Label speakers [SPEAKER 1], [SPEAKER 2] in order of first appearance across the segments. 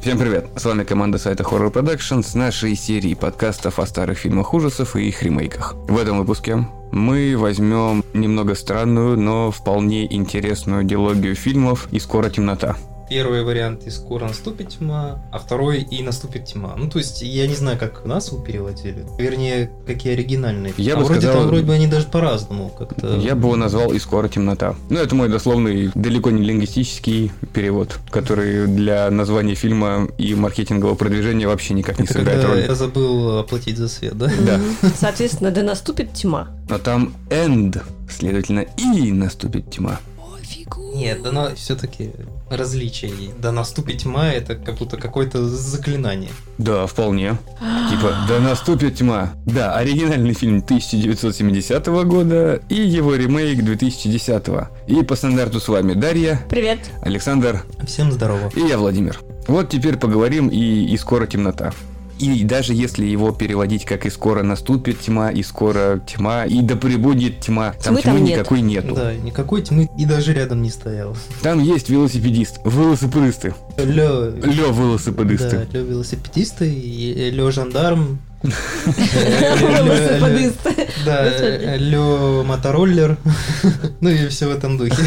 [SPEAKER 1] Всем привет! С вами команда сайта Horror Productions с нашей серии подкастов о старых фильмах ужасов и их ремейках. В этом выпуске мы возьмем немного странную, но вполне интересную диалогию фильмов «И скоро темнота».
[SPEAKER 2] Первый вариант «И скоро наступит тьма», а второй «И наступит тьма». Ну, то есть, я не знаю, как нас его переводили. Вернее, какие оригинальные.
[SPEAKER 1] Я
[SPEAKER 2] а
[SPEAKER 1] бы
[SPEAKER 2] вроде
[SPEAKER 1] сказал-
[SPEAKER 2] там, вроде бы, они даже по-разному как-то...
[SPEAKER 1] Я бы его назвал «И скоро темнота». Ну, это мой дословный, далеко не лингвистический перевод, который для названия фильма и маркетингового продвижения вообще никак не
[SPEAKER 2] Это
[SPEAKER 1] сыграет
[SPEAKER 2] когда
[SPEAKER 1] роли.
[SPEAKER 2] я забыл оплатить за свет, да?
[SPEAKER 1] Да.
[SPEAKER 3] Мгм. Соответственно, да наступит тьма.
[SPEAKER 1] Но там «and», следовательно, «и наступит тьма».
[SPEAKER 2] Нет, она все-таки различий. Да наступит тьма, это как будто какое-то заклинание.
[SPEAKER 1] Да, вполне. Типа, да наступит тьма. Да, оригинальный фильм 1970 года и его ремейк 2010. И по стандарту с вами Дарья,
[SPEAKER 3] Привет.
[SPEAKER 1] Александр
[SPEAKER 2] Всем здорово.
[SPEAKER 1] и я, Владимир. Вот теперь поговорим и, и скоро темнота. И даже если его переводить как «и скоро наступит тьма», «и скоро тьма», «и да прибудет тьма», там
[SPEAKER 3] Тьмы
[SPEAKER 1] тьмы
[SPEAKER 3] там нет.
[SPEAKER 1] никакой нету.
[SPEAKER 2] Да, никакой тьмы и даже рядом не стоял.
[SPEAKER 1] Там есть велосипедист, велосипедисты,
[SPEAKER 2] Лё...
[SPEAKER 1] лё велосипедисты.
[SPEAKER 2] Да, лё велосипедисты, и- и лё жандарм.
[SPEAKER 3] Велосипедист.
[SPEAKER 2] Да, э, лё мотороллер. Ну и все в этом духе.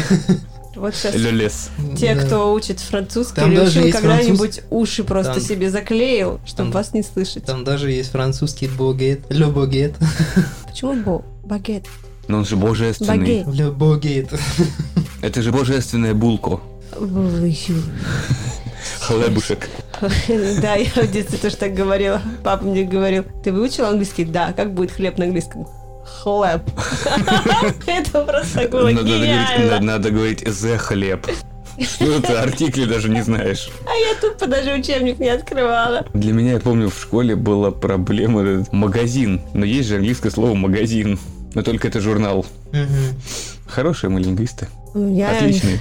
[SPEAKER 3] Вот
[SPEAKER 1] Лё
[SPEAKER 3] сейчас
[SPEAKER 1] лес.
[SPEAKER 3] те,
[SPEAKER 2] Да.
[SPEAKER 3] кто учит французский
[SPEAKER 2] Там
[SPEAKER 3] или
[SPEAKER 2] даже
[SPEAKER 3] учил
[SPEAKER 2] есть
[SPEAKER 3] когда-нибудь уши просто
[SPEAKER 2] Там-
[SPEAKER 3] себе заклеил, чтобы
[SPEAKER 2] Там-
[SPEAKER 3] вас не слышать.
[SPEAKER 2] Там даже есть французский богет. Лё богет.
[SPEAKER 3] Почему бо? Багет.
[SPEAKER 1] Но он же божественный.
[SPEAKER 3] Багет.
[SPEAKER 2] Лё богет.
[SPEAKER 1] Это же божественная булка. Хлебушек.
[SPEAKER 3] Да, я в детстве тоже так говорила. Папа мне говорил, ты выучил английский? Да. Как будет хлеб на английском? Хлеб. Это просто было
[SPEAKER 1] Надо говорить, на-
[SPEAKER 3] гениально.
[SPEAKER 1] надо говорить «the хлеб». Что это? Артикли даже не знаешь.
[SPEAKER 3] А я тупо даже учебник не открывала.
[SPEAKER 1] Для меня, я помню, в школе была проблема этот магазин. Но есть же английское слово «магазин». Но только это журнал.
[SPEAKER 2] Мгм.
[SPEAKER 1] Хорошие мы лингвисты.
[SPEAKER 3] У меня-
[SPEAKER 1] Отличные.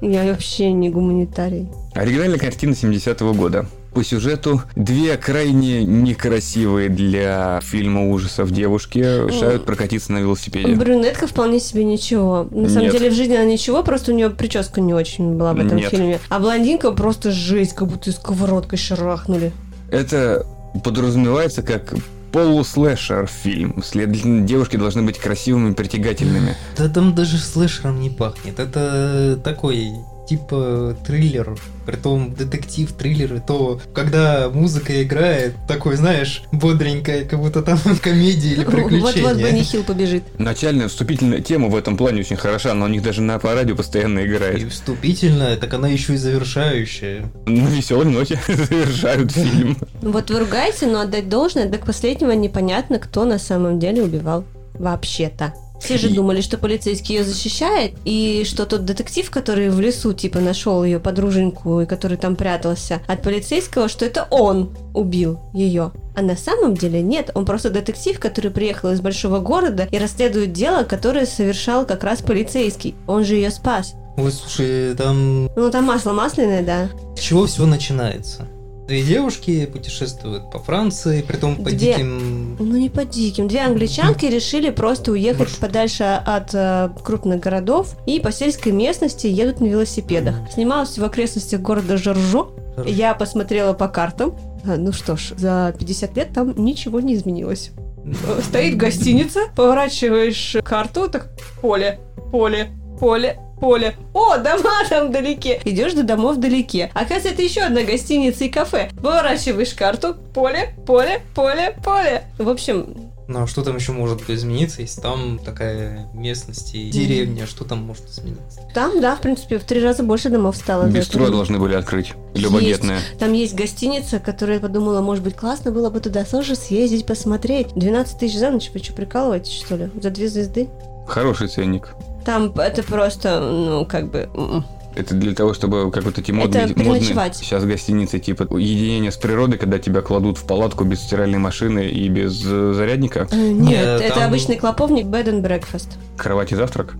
[SPEAKER 3] Ну, Я вообще не гуманитарий.
[SPEAKER 1] Оригинальная картина 70-го года. По сюжету две крайне некрасивые для фильма ужасов девушки решают прокатиться на велосипеде.
[SPEAKER 3] Брюнетка вполне себе ничего. На самом
[SPEAKER 1] Нет.
[SPEAKER 3] деле в жизни она ничего, просто у нее прическа не очень была в этом
[SPEAKER 1] Нет.
[SPEAKER 3] фильме. А блондинка просто жесть, как будто её сковородкой шарахнули.
[SPEAKER 1] Это подразумевается как полуслэшер фильм. Следовательно, девушки должны быть красивыми и притягательными.
[SPEAKER 2] Да там даже слэшером не пахнет. Это такой типа триллер, притом детектив триллер, то когда музыка играет, такой, знаешь, бодренькая, как будто там комедия или
[SPEAKER 3] Ну, Вот-вот Бенни
[SPEAKER 2] приключения.
[SPEAKER 3] Хилл побежит.
[SPEAKER 1] Начальная вступительная тема в этом плане очень хороша, но у них даже на по радио постоянно
[SPEAKER 2] И
[SPEAKER 1] играет.
[SPEAKER 2] вступительная, так она еще и завершающая.
[SPEAKER 1] На веселой ноте завершают фильм.
[SPEAKER 3] Ну Вот вы ругаете, но отдать должное, до последнего непонятно, кто на самом деле убивал вообще-то. Все же
[SPEAKER 1] И-
[SPEAKER 3] думали, что полицейский ее защищает, и что тот детектив, который в лесу, типа, нашел ее подруженьку, и который там прятался от полицейского, что это он убил ее. А на самом деле нет, он просто детектив, который приехал из большого города и расследует дело, которое совершал как раз полицейский. Он же ее спас.
[SPEAKER 2] Ой, слушай, там
[SPEAKER 3] Ну, там масло масляное, да.
[SPEAKER 2] с чего все начинается? Две девушки путешествуют по Франции, притом по
[SPEAKER 3] Две.
[SPEAKER 2] диким...
[SPEAKER 3] Ну не по диким. Две англичанки решили просто уехать
[SPEAKER 2] Маршрут.
[SPEAKER 3] подальше от э, крупных городов и по сельской местности едут на велосипедах. Снималась в окрестностях города Жоржо. Я посмотрела по картам. А, Ну что ж, за 50 лет там ничего не изменилось. Э, Стоит гостиница, поворачиваешь карту, так поле, поле, поле, поле. О, дома там вдалеке. Идешь до домов вдалеке. Оказывается, это еще одна гостиница и кафе. Поворачиваешь карту, поле, поле, поле, поле. В общем,
[SPEAKER 2] Ну а что там еще может измениться, если там такая местность и деревня, что там может измениться?
[SPEAKER 3] там, да, в принципе, в три раза больше домов стало. за это
[SPEAKER 1] Бистро
[SPEAKER 3] время.
[SPEAKER 1] должны были открыть. Любогетное.
[SPEAKER 3] Там есть гостиница, которая я подумала, может быть, классно было бы туда тоже съездить, посмотреть. 12 тысяч за ночь, вы что, прикалываетесь, что ли? За две звезды?
[SPEAKER 1] Хороший ценник.
[SPEAKER 3] Там это просто, ну, как бы... м.
[SPEAKER 1] Это для того, чтобы как вот эти модные, модные
[SPEAKER 3] переночевать.
[SPEAKER 1] сейчас гостиницы типа единение с природой, когда тебя кладут в палатку без стиральной машины и без э, зарядника,
[SPEAKER 3] Э, Нет,
[SPEAKER 2] Э,
[SPEAKER 3] это
[SPEAKER 2] там-
[SPEAKER 3] обычный клоповник Bed and Breakfast.
[SPEAKER 1] кровать и завтрак.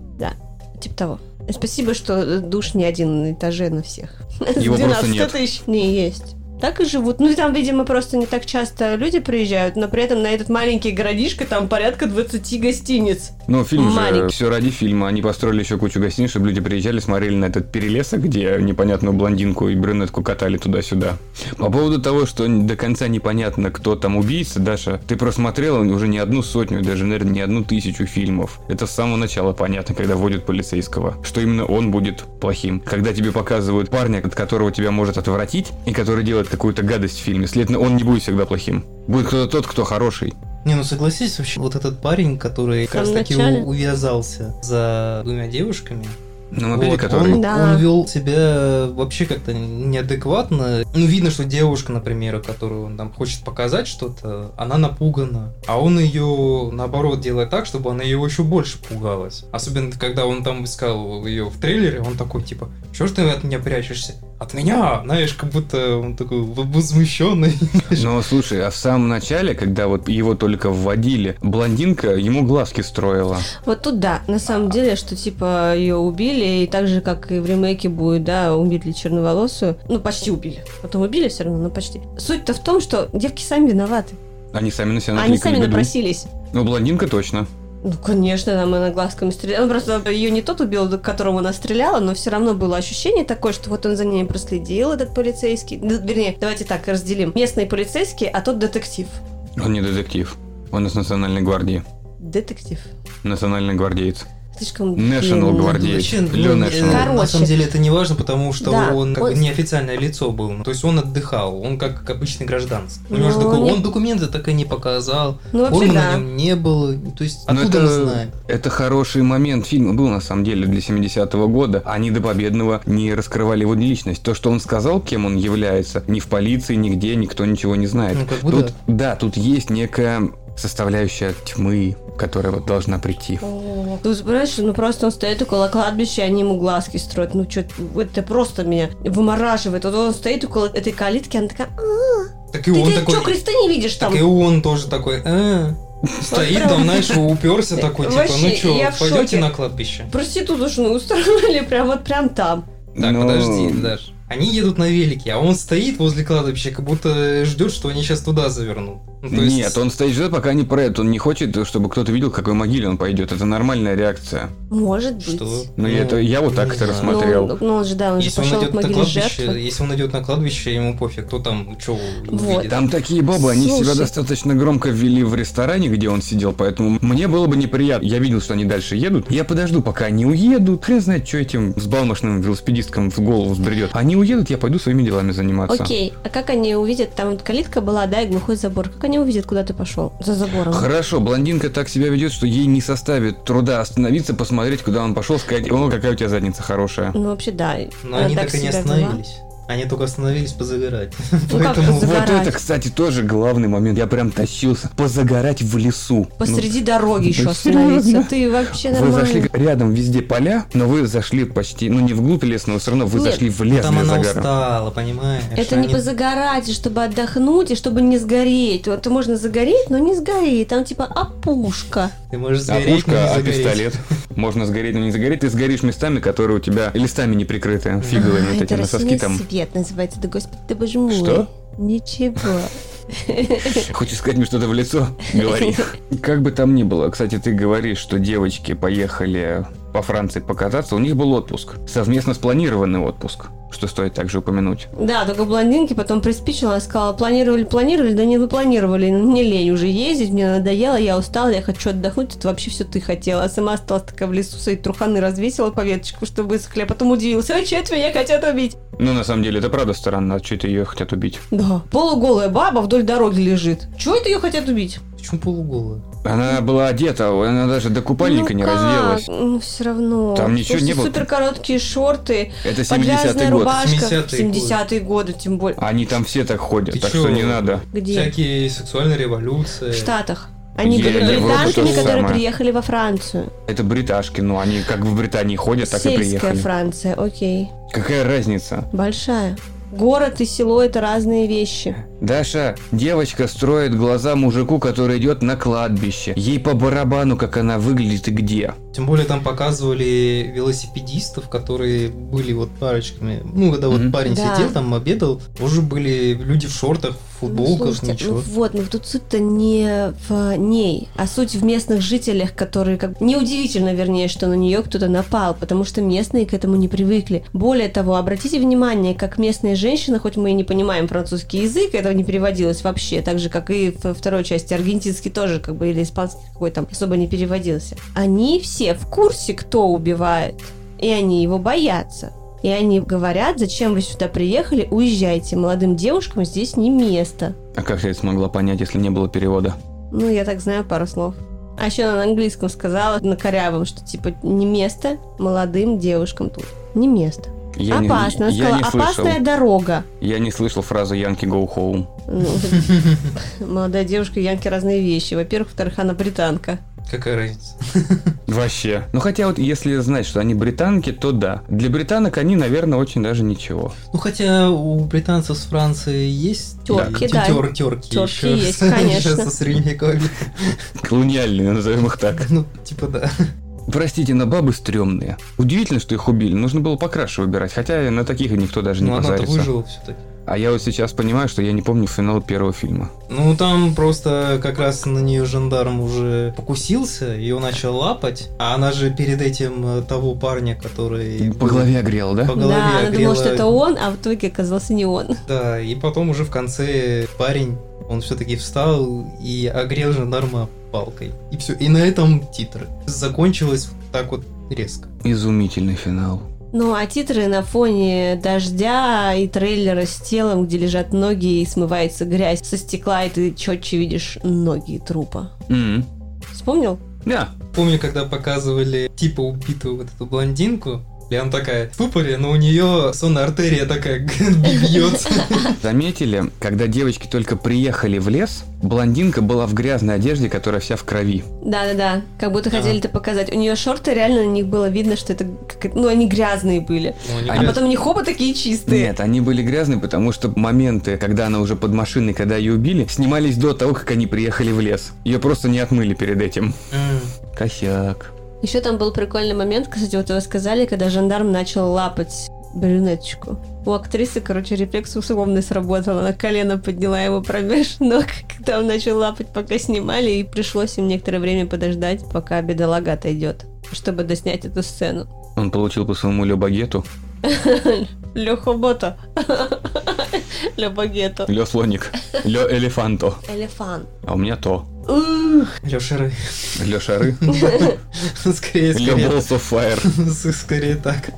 [SPEAKER 3] Типа того. э, Спасибо, что душ не один на этаже на всех.
[SPEAKER 1] Его просто нет.
[SPEAKER 3] тысяч. Не, есть. так и живут. Ну, и там, видимо, просто не так часто люди приезжают, но при этом на этот маленький городишко там порядка 20 гостиниц.
[SPEAKER 1] Ну, фильм же
[SPEAKER 3] Маленький.
[SPEAKER 1] все ради фильма. Они построили еще кучу гостиниц, чтобы люди приезжали, смотрели на этот перелесок, где непонятную блондинку и брюнетку катали туда-сюда. По поводу того, что н- до конца непонятно, кто там убийца, Даша, ты просмотрела уже не одну сотню, даже, наверное, не одну тысячу фильмов. Это с самого начала понятно, когда вводят полицейского, что именно он будет плохим. Когда тебе показывают парня, от которого тебя может отвратить, и который делает какую-то гадость в фильме, следовательно, он не будет всегда плохим. Будет кто-то тот, кто хороший.
[SPEAKER 2] Не, ну согласись, вообще, вот этот парень, который
[SPEAKER 3] В
[SPEAKER 2] как раз
[SPEAKER 3] самом
[SPEAKER 2] таки
[SPEAKER 3] начале?
[SPEAKER 2] у- увязался за двумя девушками,
[SPEAKER 1] Ну,
[SPEAKER 2] вот,
[SPEAKER 1] опять который...
[SPEAKER 2] он,
[SPEAKER 3] Да.
[SPEAKER 2] он вел себя вообще как-то неадекватно. Ну, видно, что девушка, например, которую он там хочет показать что-то, она напугана. А он ее, наоборот, делает так, чтобы она его еще больше пугалась. Особенно, когда он там искал ее в трейлере, он такой, типа, «Чего ж ты от меня прячешься? От меня! Знаешь, как будто он такой возмущенный.
[SPEAKER 1] Но слушай, а в самом начале, когда вот его только вводили, блондинка ему глазки строила.
[SPEAKER 3] Вот тут да, на самом деле, что типа ее убили, и так же, как и в ремейке будет, да, убили черноволосую. Ну, почти убили. Потом убили все равно, но почти. Суть-то в том, что девки сами виноваты.
[SPEAKER 1] Они сами на себя
[SPEAKER 3] Они
[SPEAKER 1] накликали
[SPEAKER 3] сами
[SPEAKER 1] беду.
[SPEAKER 3] напросились.
[SPEAKER 1] Ну, блондинка точно.
[SPEAKER 3] Ну, конечно, там она глазками стреляла. Ну, Просто ее не тот убил, к которому она стреляла, но все равно было ощущение такое, что вот он за ней проследил, этот полицейский. Ну, вернее, давайте так разделим. Местный полицейский, а тот детектив.
[SPEAKER 1] Он не детектив. Он из Национальной гвардии.
[SPEAKER 3] Детектив.
[SPEAKER 1] Национальный гвардеец.
[SPEAKER 3] Слишком...
[SPEAKER 1] National
[SPEAKER 3] длинно.
[SPEAKER 1] Guardian. Гвардеец.
[SPEAKER 2] Вообще, ну,
[SPEAKER 1] Лё
[SPEAKER 2] не-
[SPEAKER 1] Нэшнл.
[SPEAKER 2] на
[SPEAKER 3] э, Короче.
[SPEAKER 2] самом деле это не важно, потому что
[SPEAKER 3] Да,
[SPEAKER 2] он как бы
[SPEAKER 3] он-
[SPEAKER 2] неофициальное лицо был. То есть он отдыхал, он как обычный гражданский. У него же
[SPEAKER 3] Ну,
[SPEAKER 2] доку-
[SPEAKER 3] не-
[SPEAKER 2] он документы так и не показал,
[SPEAKER 3] Ну, вообще,
[SPEAKER 2] формы
[SPEAKER 3] да.
[SPEAKER 2] на нем не было. То есть
[SPEAKER 1] Но
[SPEAKER 2] откуда мы
[SPEAKER 1] Ну, это-
[SPEAKER 2] знаем?
[SPEAKER 1] Это хороший момент фильма был, на самом деле, для 70-го года. Они до Победного не раскрывали его личность. То, что он сказал, кем он является, ни в полиции, нигде, никто ничего не знает.
[SPEAKER 2] Ну, как бы
[SPEAKER 1] Тут,
[SPEAKER 2] да.
[SPEAKER 1] да, тут есть некая составляющая тьмы, которая вот должна прийти.
[SPEAKER 3] О, Ты понимаешь, ну просто он стоит около кладбища, они ему глазки строят. Ну что, это просто меня вымораживает. Вот он стоит около этой калитки, она такая... «А,
[SPEAKER 2] Так и
[SPEAKER 3] Ты,
[SPEAKER 2] он
[SPEAKER 3] ты
[SPEAKER 2] такой...
[SPEAKER 3] что, креста не видишь там?
[SPEAKER 2] Так и он тоже такой... «Э». Стоит
[SPEAKER 3] прям.
[SPEAKER 2] там, знаешь, уперся такой, типа, ну
[SPEAKER 3] Вообще,
[SPEAKER 2] что,
[SPEAKER 3] я в
[SPEAKER 2] пойдете
[SPEAKER 3] шоке.
[SPEAKER 2] на кладбище?
[SPEAKER 3] Проститутушную устроили прям вот прям там.
[SPEAKER 2] Так,
[SPEAKER 1] Но-
[SPEAKER 2] подожди, Даш. Они едут на велике, а он стоит возле кладбища, как будто ждет, что они сейчас туда завернут. Ну, то есть-
[SPEAKER 1] Нет, он стоит ждет, пока не проедет. Он не хочет, чтобы кто-то видел, к какой могиле он пойдет. Это нормальная реакция.
[SPEAKER 3] Может быть.
[SPEAKER 2] Что?
[SPEAKER 1] Ну, я это- я вот так
[SPEAKER 2] не
[SPEAKER 1] это
[SPEAKER 2] знаю.
[SPEAKER 1] рассматриваю. смотрел.
[SPEAKER 3] Ну, ну, он же, да, он же
[SPEAKER 2] Если он,
[SPEAKER 3] пошел
[SPEAKER 2] идет
[SPEAKER 3] к
[SPEAKER 2] на
[SPEAKER 3] могиле
[SPEAKER 2] кладбище,
[SPEAKER 3] жертвы.
[SPEAKER 2] если он идет на кладбище, ему пофиг, кто там что увидит.
[SPEAKER 1] Там такие бабы, они себя
[SPEAKER 3] Слушай.
[SPEAKER 1] достаточно громко ввели в ресторане, где он сидел, поэтому мне было бы неприятно. Я видел, что они дальше едут. Я подожду, пока они уедут. Хрен знает, что этим сбалмошным велосипедисткам в голову взбредет. Они уедут, я пойду своими делами заниматься.
[SPEAKER 3] Окей, а как они увидят, там вот калитка была, да, и глухой забор. Как они увидят, куда ты пошел? За забором.
[SPEAKER 1] Хорошо, блондинка так себя ведет, что ей не составит труда остановиться, посмотреть, куда он пошел, сказать, о, какая у тебя задница хорошая.
[SPEAKER 3] Ну, вообще, да.
[SPEAKER 2] Но
[SPEAKER 3] она
[SPEAKER 2] они так и не
[SPEAKER 3] себя вела.
[SPEAKER 2] остановились. Они только остановились позагорать.
[SPEAKER 3] Ну, как
[SPEAKER 2] Поэтому
[SPEAKER 3] позагорать?
[SPEAKER 1] Вот это, кстати, тоже главный момент. Я прям тащился. Позагорать в лесу.
[SPEAKER 2] Ну,
[SPEAKER 3] Посреди дороги еще
[SPEAKER 1] да
[SPEAKER 3] остановиться.
[SPEAKER 1] серьезно?
[SPEAKER 3] Ты вообще
[SPEAKER 1] Ну, вы
[SPEAKER 3] нормально.
[SPEAKER 1] зашли рядом везде поля, но вы зашли почти, ну не вглубь леса, но все равно вы
[SPEAKER 3] Нет,
[SPEAKER 1] зашли в лес
[SPEAKER 2] там
[SPEAKER 1] для
[SPEAKER 2] она
[SPEAKER 1] загара.
[SPEAKER 2] устала, понимаешь?
[SPEAKER 3] Это не
[SPEAKER 2] Они-
[SPEAKER 3] позагорать, а чтобы отдохнуть и чтобы не сгореть. Вот можно загореть, но не сгореть. Там типа опушка.
[SPEAKER 2] Ты можешь
[SPEAKER 1] А
[SPEAKER 2] сгореть, но не
[SPEAKER 1] пушка, а
[SPEAKER 2] загореть.
[SPEAKER 1] пистолет. Можно сгореть, но не сгореть. Ты сгоришь местами, которые у тебя листами не прикрыты, фиговыми
[SPEAKER 3] А,
[SPEAKER 1] вот
[SPEAKER 3] это
[SPEAKER 1] этими соски
[SPEAKER 3] «Рассеянный
[SPEAKER 1] там.
[SPEAKER 3] свет» называется. Да господи, ты боже мой.
[SPEAKER 1] Что?
[SPEAKER 3] Ничего.
[SPEAKER 1] Хочешь сказать мне что-то в лицо? Говори. Как бы там ни было, кстати, ты говоришь, что девочки поехали по Франции покататься, у них был отпуск. Совместно спланированный отпуск, что стоит также упомянуть.
[SPEAKER 3] Да, только блондинки потом приспичила, она сказала, планировали, планировали, да не вы планировали, мне лень уже ездить, мне надоело, я устала, я хочу отдохнуть, это вообще все ты хотела. А сама осталась такая в лесу, свои труханы развесила по веточку, чтобы высохли, а потом удивился, а чё это меня хотят убить?
[SPEAKER 1] Ну, на самом деле, это правда странно, а что это ее хотят убить?
[SPEAKER 3] Да, полуголая баба вдоль дороги лежит. Чего это ее хотят убить?
[SPEAKER 2] Почему полуголая?
[SPEAKER 1] Она была одета, она даже до купальника не разделась.
[SPEAKER 3] Ну, все равно.
[SPEAKER 1] Там ничего не было.
[SPEAKER 3] Супер короткие шорты,
[SPEAKER 1] Это 70-й
[SPEAKER 3] подрязная
[SPEAKER 1] год. А
[SPEAKER 3] рубашка.
[SPEAKER 2] 70-е
[SPEAKER 3] 70-е, годы, тем более.
[SPEAKER 1] Они там все так ходят,
[SPEAKER 2] Ты
[SPEAKER 1] так
[SPEAKER 2] чё?
[SPEAKER 1] что не надо.
[SPEAKER 3] Где?
[SPEAKER 2] Всякие сексуальные революции.
[SPEAKER 3] В Штатах. Они
[SPEAKER 1] Е-
[SPEAKER 3] были
[SPEAKER 2] Европа то
[SPEAKER 3] британками,
[SPEAKER 1] же
[SPEAKER 3] которые
[SPEAKER 1] самое.
[SPEAKER 3] приехали во Францию.
[SPEAKER 1] Это бриташки, ну они как в Британии ходят, так и
[SPEAKER 3] Сельская
[SPEAKER 1] приехали.
[SPEAKER 3] Франция, окей.
[SPEAKER 1] Какая разница?
[SPEAKER 3] Большая. Город и село это разные вещи.
[SPEAKER 1] Даша, девочка строит глаза мужику, который идет на кладбище. Ей по барабану, как она выглядит и где.
[SPEAKER 2] Тем более там показывали велосипедистов, которые были вот парочками. Ну, когда
[SPEAKER 1] Мгм.
[SPEAKER 2] вот парень
[SPEAKER 3] Да.
[SPEAKER 2] сидел там, обедал, тоже были люди в шортах, в
[SPEAKER 3] Ну,
[SPEAKER 2] футболках,
[SPEAKER 3] слушайте,
[SPEAKER 2] ничего.
[SPEAKER 3] ну вот, но тут суть-то не в ней, а суть в местных жителях, которые как неудивительно, вернее, что на нее кто-то напал, потому что местные к этому не привыкли. Более того, обратите внимание, как местные женщины, хоть мы и не понимаем французский язык, этого не переводилось вообще, так же как и во второй части аргентинский тоже, как бы или испанский какой там особо не переводился. Они все в курсе, кто убивает, и они его боятся. И они говорят, зачем вы сюда приехали, уезжайте, молодым девушкам здесь не место.
[SPEAKER 1] А как я это смогла понять, если не было перевода?
[SPEAKER 3] Ну, я так знаю пару слов. А еще она на английском сказала, на корявом, что типа не место молодым девушкам тут. Не место.
[SPEAKER 1] Я не-
[SPEAKER 3] Опасно. Она
[SPEAKER 1] я
[SPEAKER 3] сказала,
[SPEAKER 1] не слышал.
[SPEAKER 3] опасная дорога.
[SPEAKER 1] Я не слышал фразы Янки Go Home.
[SPEAKER 3] Ну, Молодая девушка, и Янки разные вещи. Во-первых, во-вторых, она британка.
[SPEAKER 2] Какая разница?
[SPEAKER 1] Вообще. Ну хотя вот если знать, что они британки, то да. Для британок они, наверное, очень даже ничего.
[SPEAKER 2] Ну, хотя у британцев с Франции есть...
[SPEAKER 3] Тёрки, да.
[SPEAKER 2] Терки,
[SPEAKER 3] Тёрки есть, конечно.
[SPEAKER 2] Со средневековья.
[SPEAKER 1] Колониальные, назовем их так.
[SPEAKER 2] Ну, типа да.
[SPEAKER 1] Простите, но бабы стрёмные. Удивительно, что их убили. Нужно было покраше выбирать, хотя на таких никто даже не
[SPEAKER 2] Ну, она-то
[SPEAKER 1] позарится.
[SPEAKER 2] выжила все таки
[SPEAKER 1] А я вот сейчас понимаю, что я не помню финал первого фильма.
[SPEAKER 2] Ну, там просто как раз на нее жандарм уже покусился, ее начал лапать, а она же перед этим э, того парня, который...
[SPEAKER 1] По голове огрел, да?
[SPEAKER 2] По голове
[SPEAKER 3] Да, она
[SPEAKER 2] огрела.
[SPEAKER 3] думала, что это он, а в итоге оказался не он.
[SPEAKER 2] Да, и потом уже в конце парень, он все-таки встал и огрел жандарма палкой. И все, и на этом титры. Закончилось вот так вот резко.
[SPEAKER 1] Изумительный финал.
[SPEAKER 3] Ну, а титры на фоне дождя и трейлера с телом, где лежат ноги и смывается грязь со стекла, и ты четче видишь ноги трупа.
[SPEAKER 1] М.
[SPEAKER 3] Вспомнил?
[SPEAKER 1] Да.
[SPEAKER 2] Помню, когда показывали типа убитую вот эту блондинку, и она такая в ступоре, но у нее сонная артерия такая бьется.
[SPEAKER 1] Заметили, когда девочки только приехали в лес, блондинка была в грязной одежде, которая вся в крови.
[SPEAKER 3] Да-да-да, как будто
[SPEAKER 2] Да.
[SPEAKER 3] хотели это показать. У нее шорты реально на них было видно, что это, как это- ну, они грязные были. А потом у них оба такие чистые.
[SPEAKER 1] Нет, они были грязные, потому что моменты, когда она уже под машиной, когда ее убили, снимались до того, как они приехали в лес. Ее просто не отмыли перед этим. Косяк.
[SPEAKER 3] Еще там был прикольный момент, кстати, вот вы сказали, когда жандарм начал лапать брюнеточку. У актрисы, короче, рефлекс условный сработал. Она колено подняла его промеж ног, когда он начал лапать, пока снимали, и пришлось им некоторое время подождать, пока бедолага отойдет, чтобы доснять эту сцену.
[SPEAKER 1] Он получил по своему Лё багету.
[SPEAKER 3] Леха Бота. Ле Багету.
[SPEAKER 1] Лё слоник. Лё элефанто.
[SPEAKER 3] Элефант.
[SPEAKER 1] А у меня то.
[SPEAKER 3] Ух.
[SPEAKER 2] Лешеры.
[SPEAKER 1] Лё шары.
[SPEAKER 2] Скорее,
[SPEAKER 1] Лё
[SPEAKER 2] скорее.
[SPEAKER 1] balls of fire.
[SPEAKER 2] С- Скорее так.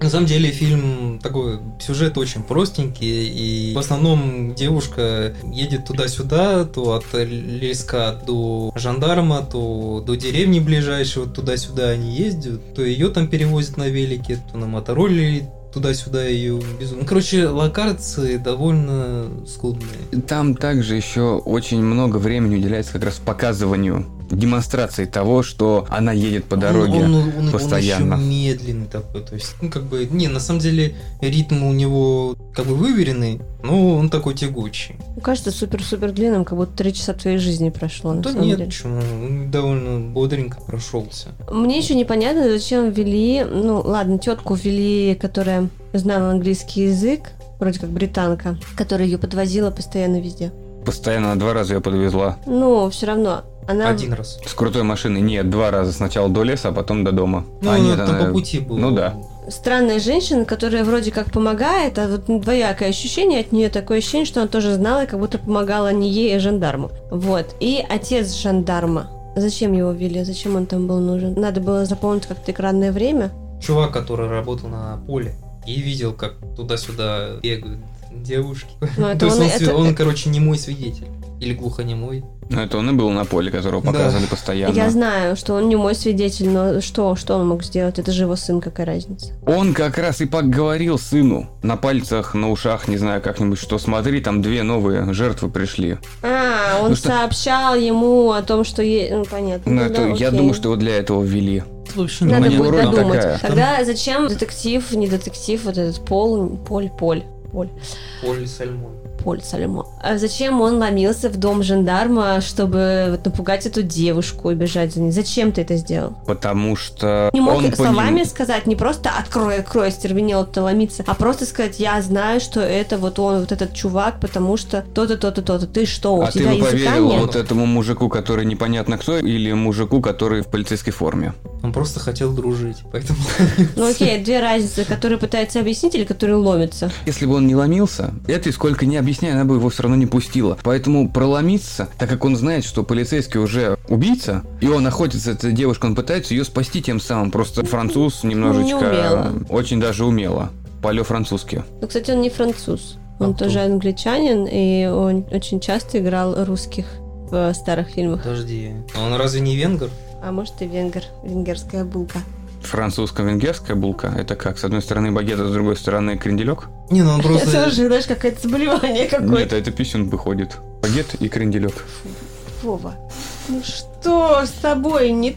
[SPEAKER 2] На самом деле фильм такой, сюжет очень простенький, и в основном девушка едет туда-сюда, то от леска до жандарма, то до деревни ближайшего, туда-сюда они ездят, то ее там перевозят на велике, то на мотороллере туда-сюда ее везут. Ну, короче, локации довольно скудные.
[SPEAKER 1] Там также еще очень много времени уделяется как раз показыванию, демонстрации того, что она едет по дороге.
[SPEAKER 2] Он, он- он- он
[SPEAKER 1] постоянно.
[SPEAKER 2] еще медленный такой, то есть, ну, как бы, не, на самом деле, ритм у него, как бы, выверенный, но он такой тягучий.
[SPEAKER 3] Ну, Кажется супер-супер длинным, как будто три часа твоей жизни прошло. на
[SPEAKER 2] Да
[SPEAKER 3] самом
[SPEAKER 2] Ну, нет,
[SPEAKER 3] деле.
[SPEAKER 2] почему, он довольно бодренько прошелся.
[SPEAKER 3] Мне еще непонятно, зачем ввели, ну ладно, тетку ввели, которая знала английский язык, вроде как британка, которая ее подвозила постоянно везде.
[SPEAKER 1] Постоянно она два раза ее подвезла.
[SPEAKER 3] Но все равно она...
[SPEAKER 2] Один раз.
[SPEAKER 1] С крутой машины. Нет, два раза. Сначала до леса, а потом до дома.
[SPEAKER 2] Ну,
[SPEAKER 1] а нет,
[SPEAKER 2] там
[SPEAKER 1] она-
[SPEAKER 2] по пути был.
[SPEAKER 1] ну да.
[SPEAKER 3] странная женщина, которая вроде как помогает, а вот двоякое ощущение от нее, такое ощущение, что она тоже знала, как будто помогала не ей, а жандарму. Вот. И отец жандарма. Зачем его ввели? Зачем он там был нужен? Надо было заполнить как-то экранное время.
[SPEAKER 2] Чувак, который работал на поле и видел, как туда-сюда бегают девушки.
[SPEAKER 3] Но А, это
[SPEAKER 2] То есть
[SPEAKER 3] он-
[SPEAKER 2] он, сви-
[SPEAKER 3] это-
[SPEAKER 2] он, короче, не мой свидетель. Или глухонемой.
[SPEAKER 1] Но Ну, это он и был на поле, которого
[SPEAKER 2] Да.
[SPEAKER 1] показывали постоянно.
[SPEAKER 3] Я знаю, что он не мой свидетель, но что, что он мог сделать? Это же его сын, какая разница?
[SPEAKER 1] Он как раз и поговорил сыну. На пальцах, на ушах, не знаю, как-нибудь, что смотри, там две новые жертвы пришли.
[SPEAKER 3] А, он
[SPEAKER 1] Ну что-
[SPEAKER 3] сообщал ему о том, что... Е... Ну, понятно.
[SPEAKER 1] Ну,
[SPEAKER 3] Ну
[SPEAKER 1] это,
[SPEAKER 3] да,
[SPEAKER 1] я
[SPEAKER 3] окей.
[SPEAKER 1] думаю, что его для этого ввели.
[SPEAKER 2] Вообще
[SPEAKER 3] Надо
[SPEAKER 1] Понятно.
[SPEAKER 3] будет
[SPEAKER 1] Роль
[SPEAKER 3] додумать.
[SPEAKER 1] такая.
[SPEAKER 3] Тогда зачем детектив, не детектив, вот этот пол, поль, поль? Поль.
[SPEAKER 2] Поль Сальмон.
[SPEAKER 3] Поль Сальмо. А зачем он ломился в дом жандарма, чтобы вот напугать эту девушку и бежать за ней? Зачем ты это сделал?
[SPEAKER 1] Потому что
[SPEAKER 3] Не мог
[SPEAKER 1] он поним-
[SPEAKER 3] словами сказать, не просто «открой, открой», стервенел то ломиться, а просто сказать «я знаю, что это вот он, вот этот чувак, потому что то-то, то-то, то-то». Ты что, у
[SPEAKER 1] А ты
[SPEAKER 3] тебя
[SPEAKER 1] бы
[SPEAKER 3] языка
[SPEAKER 1] поверил
[SPEAKER 3] нет?
[SPEAKER 1] вот этому мужику, который непонятно кто, или мужику, который в полицейской форме?
[SPEAKER 2] Он просто хотел дружить, поэтому...
[SPEAKER 3] Ну окей, две разницы, которые пытаются объяснить или которые ломятся.
[SPEAKER 1] Если бы он не ломился, это и сколько не объясняя, она бы его все равно не пустила. Поэтому проломиться, так как он знает, что полицейский уже убийца, и он охотится, эта девушка, он пытается ее спасти тем самым. Просто француз немножечко...
[SPEAKER 3] умело.
[SPEAKER 1] Очень даже умело. Поле французски.
[SPEAKER 3] Но, Ну, кстати, он не француз. Он
[SPEAKER 2] А кто?
[SPEAKER 3] тоже англичанин, и он очень часто играл русских в э, старых фильмах.
[SPEAKER 2] Подожди, а он разве не венгер?
[SPEAKER 3] А может и венгер, венгерская булка.
[SPEAKER 1] Французско-венгерская булка. Это как? С одной стороны багет, а с другой стороны кренделек?
[SPEAKER 2] Не, ну он
[SPEAKER 3] Это
[SPEAKER 2] просто...
[SPEAKER 3] уже, знаешь, какое-то заболевание
[SPEAKER 1] Нет,
[SPEAKER 3] какое-то.
[SPEAKER 1] а это писюн выходит. Багет и кренделек.
[SPEAKER 3] Вова, ну что с тобой не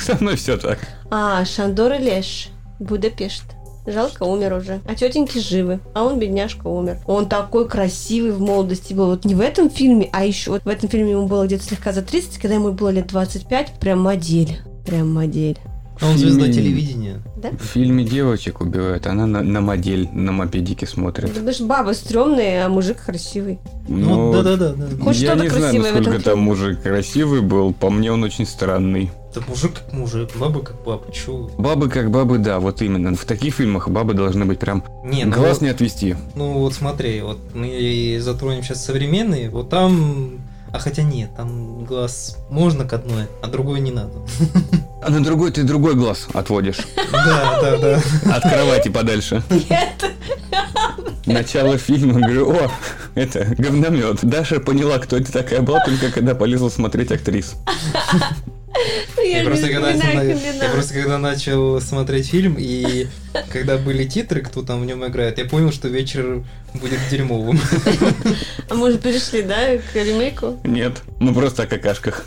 [SPEAKER 1] Со мной все так.
[SPEAKER 3] А, Шандор и Леш, Будапешт. Жалко, умер уже. А тетеньки живы. А он, бедняжка, умер. Он такой красивый в молодости был. Вот не в этом фильме, а еще вот в этом фильме ему было где-то слегка за 30, когда ему было лет 25, прям модель. Прям модель.
[SPEAKER 2] А он звезда
[SPEAKER 1] Фильм.
[SPEAKER 2] телевидения.
[SPEAKER 1] В фильме девочек убивают, она на, на модель, на мопедике смотрит.
[SPEAKER 3] Потому что баба стрёмная, а мужик красивый.
[SPEAKER 1] Но
[SPEAKER 2] Ну, да-да-да. да.
[SPEAKER 3] Хоть
[SPEAKER 1] я
[SPEAKER 3] что-то
[SPEAKER 1] не знаю,
[SPEAKER 3] красивое в
[SPEAKER 1] насколько
[SPEAKER 3] этом
[SPEAKER 1] там мужик красивый был. По мне он очень странный.
[SPEAKER 2] Да мужик как мужик, баба как баба, чё?
[SPEAKER 1] Бабы как бабы, да, вот именно. В таких фильмах бабы должны быть прям...
[SPEAKER 2] Не, ну
[SPEAKER 1] глаз
[SPEAKER 2] вот-
[SPEAKER 1] не отвести.
[SPEAKER 2] Ну вот смотри, вот мы и затронем сейчас современные, вот там... А хотя нет, там глаз можно к одной, а другой не надо.
[SPEAKER 1] А на другой ты другой глаз отводишь.
[SPEAKER 2] Да, да, да.
[SPEAKER 1] От кровати подальше.
[SPEAKER 3] Нет,
[SPEAKER 1] Начало фильма, говорю, о, это говномет. Даша поняла, кто это такая была, только когда полезла смотреть актрис.
[SPEAKER 2] Я
[SPEAKER 3] я не
[SPEAKER 2] просто, когда,
[SPEAKER 3] вспоминаю
[SPEAKER 2] я просто когда начал смотреть фильм, и когда были титры, кто там в нем играет, я понял, что вечер будет дерьмовым.
[SPEAKER 3] А мы уже перешли, да, к ремейку?
[SPEAKER 1] Нет, мы просто о какашках.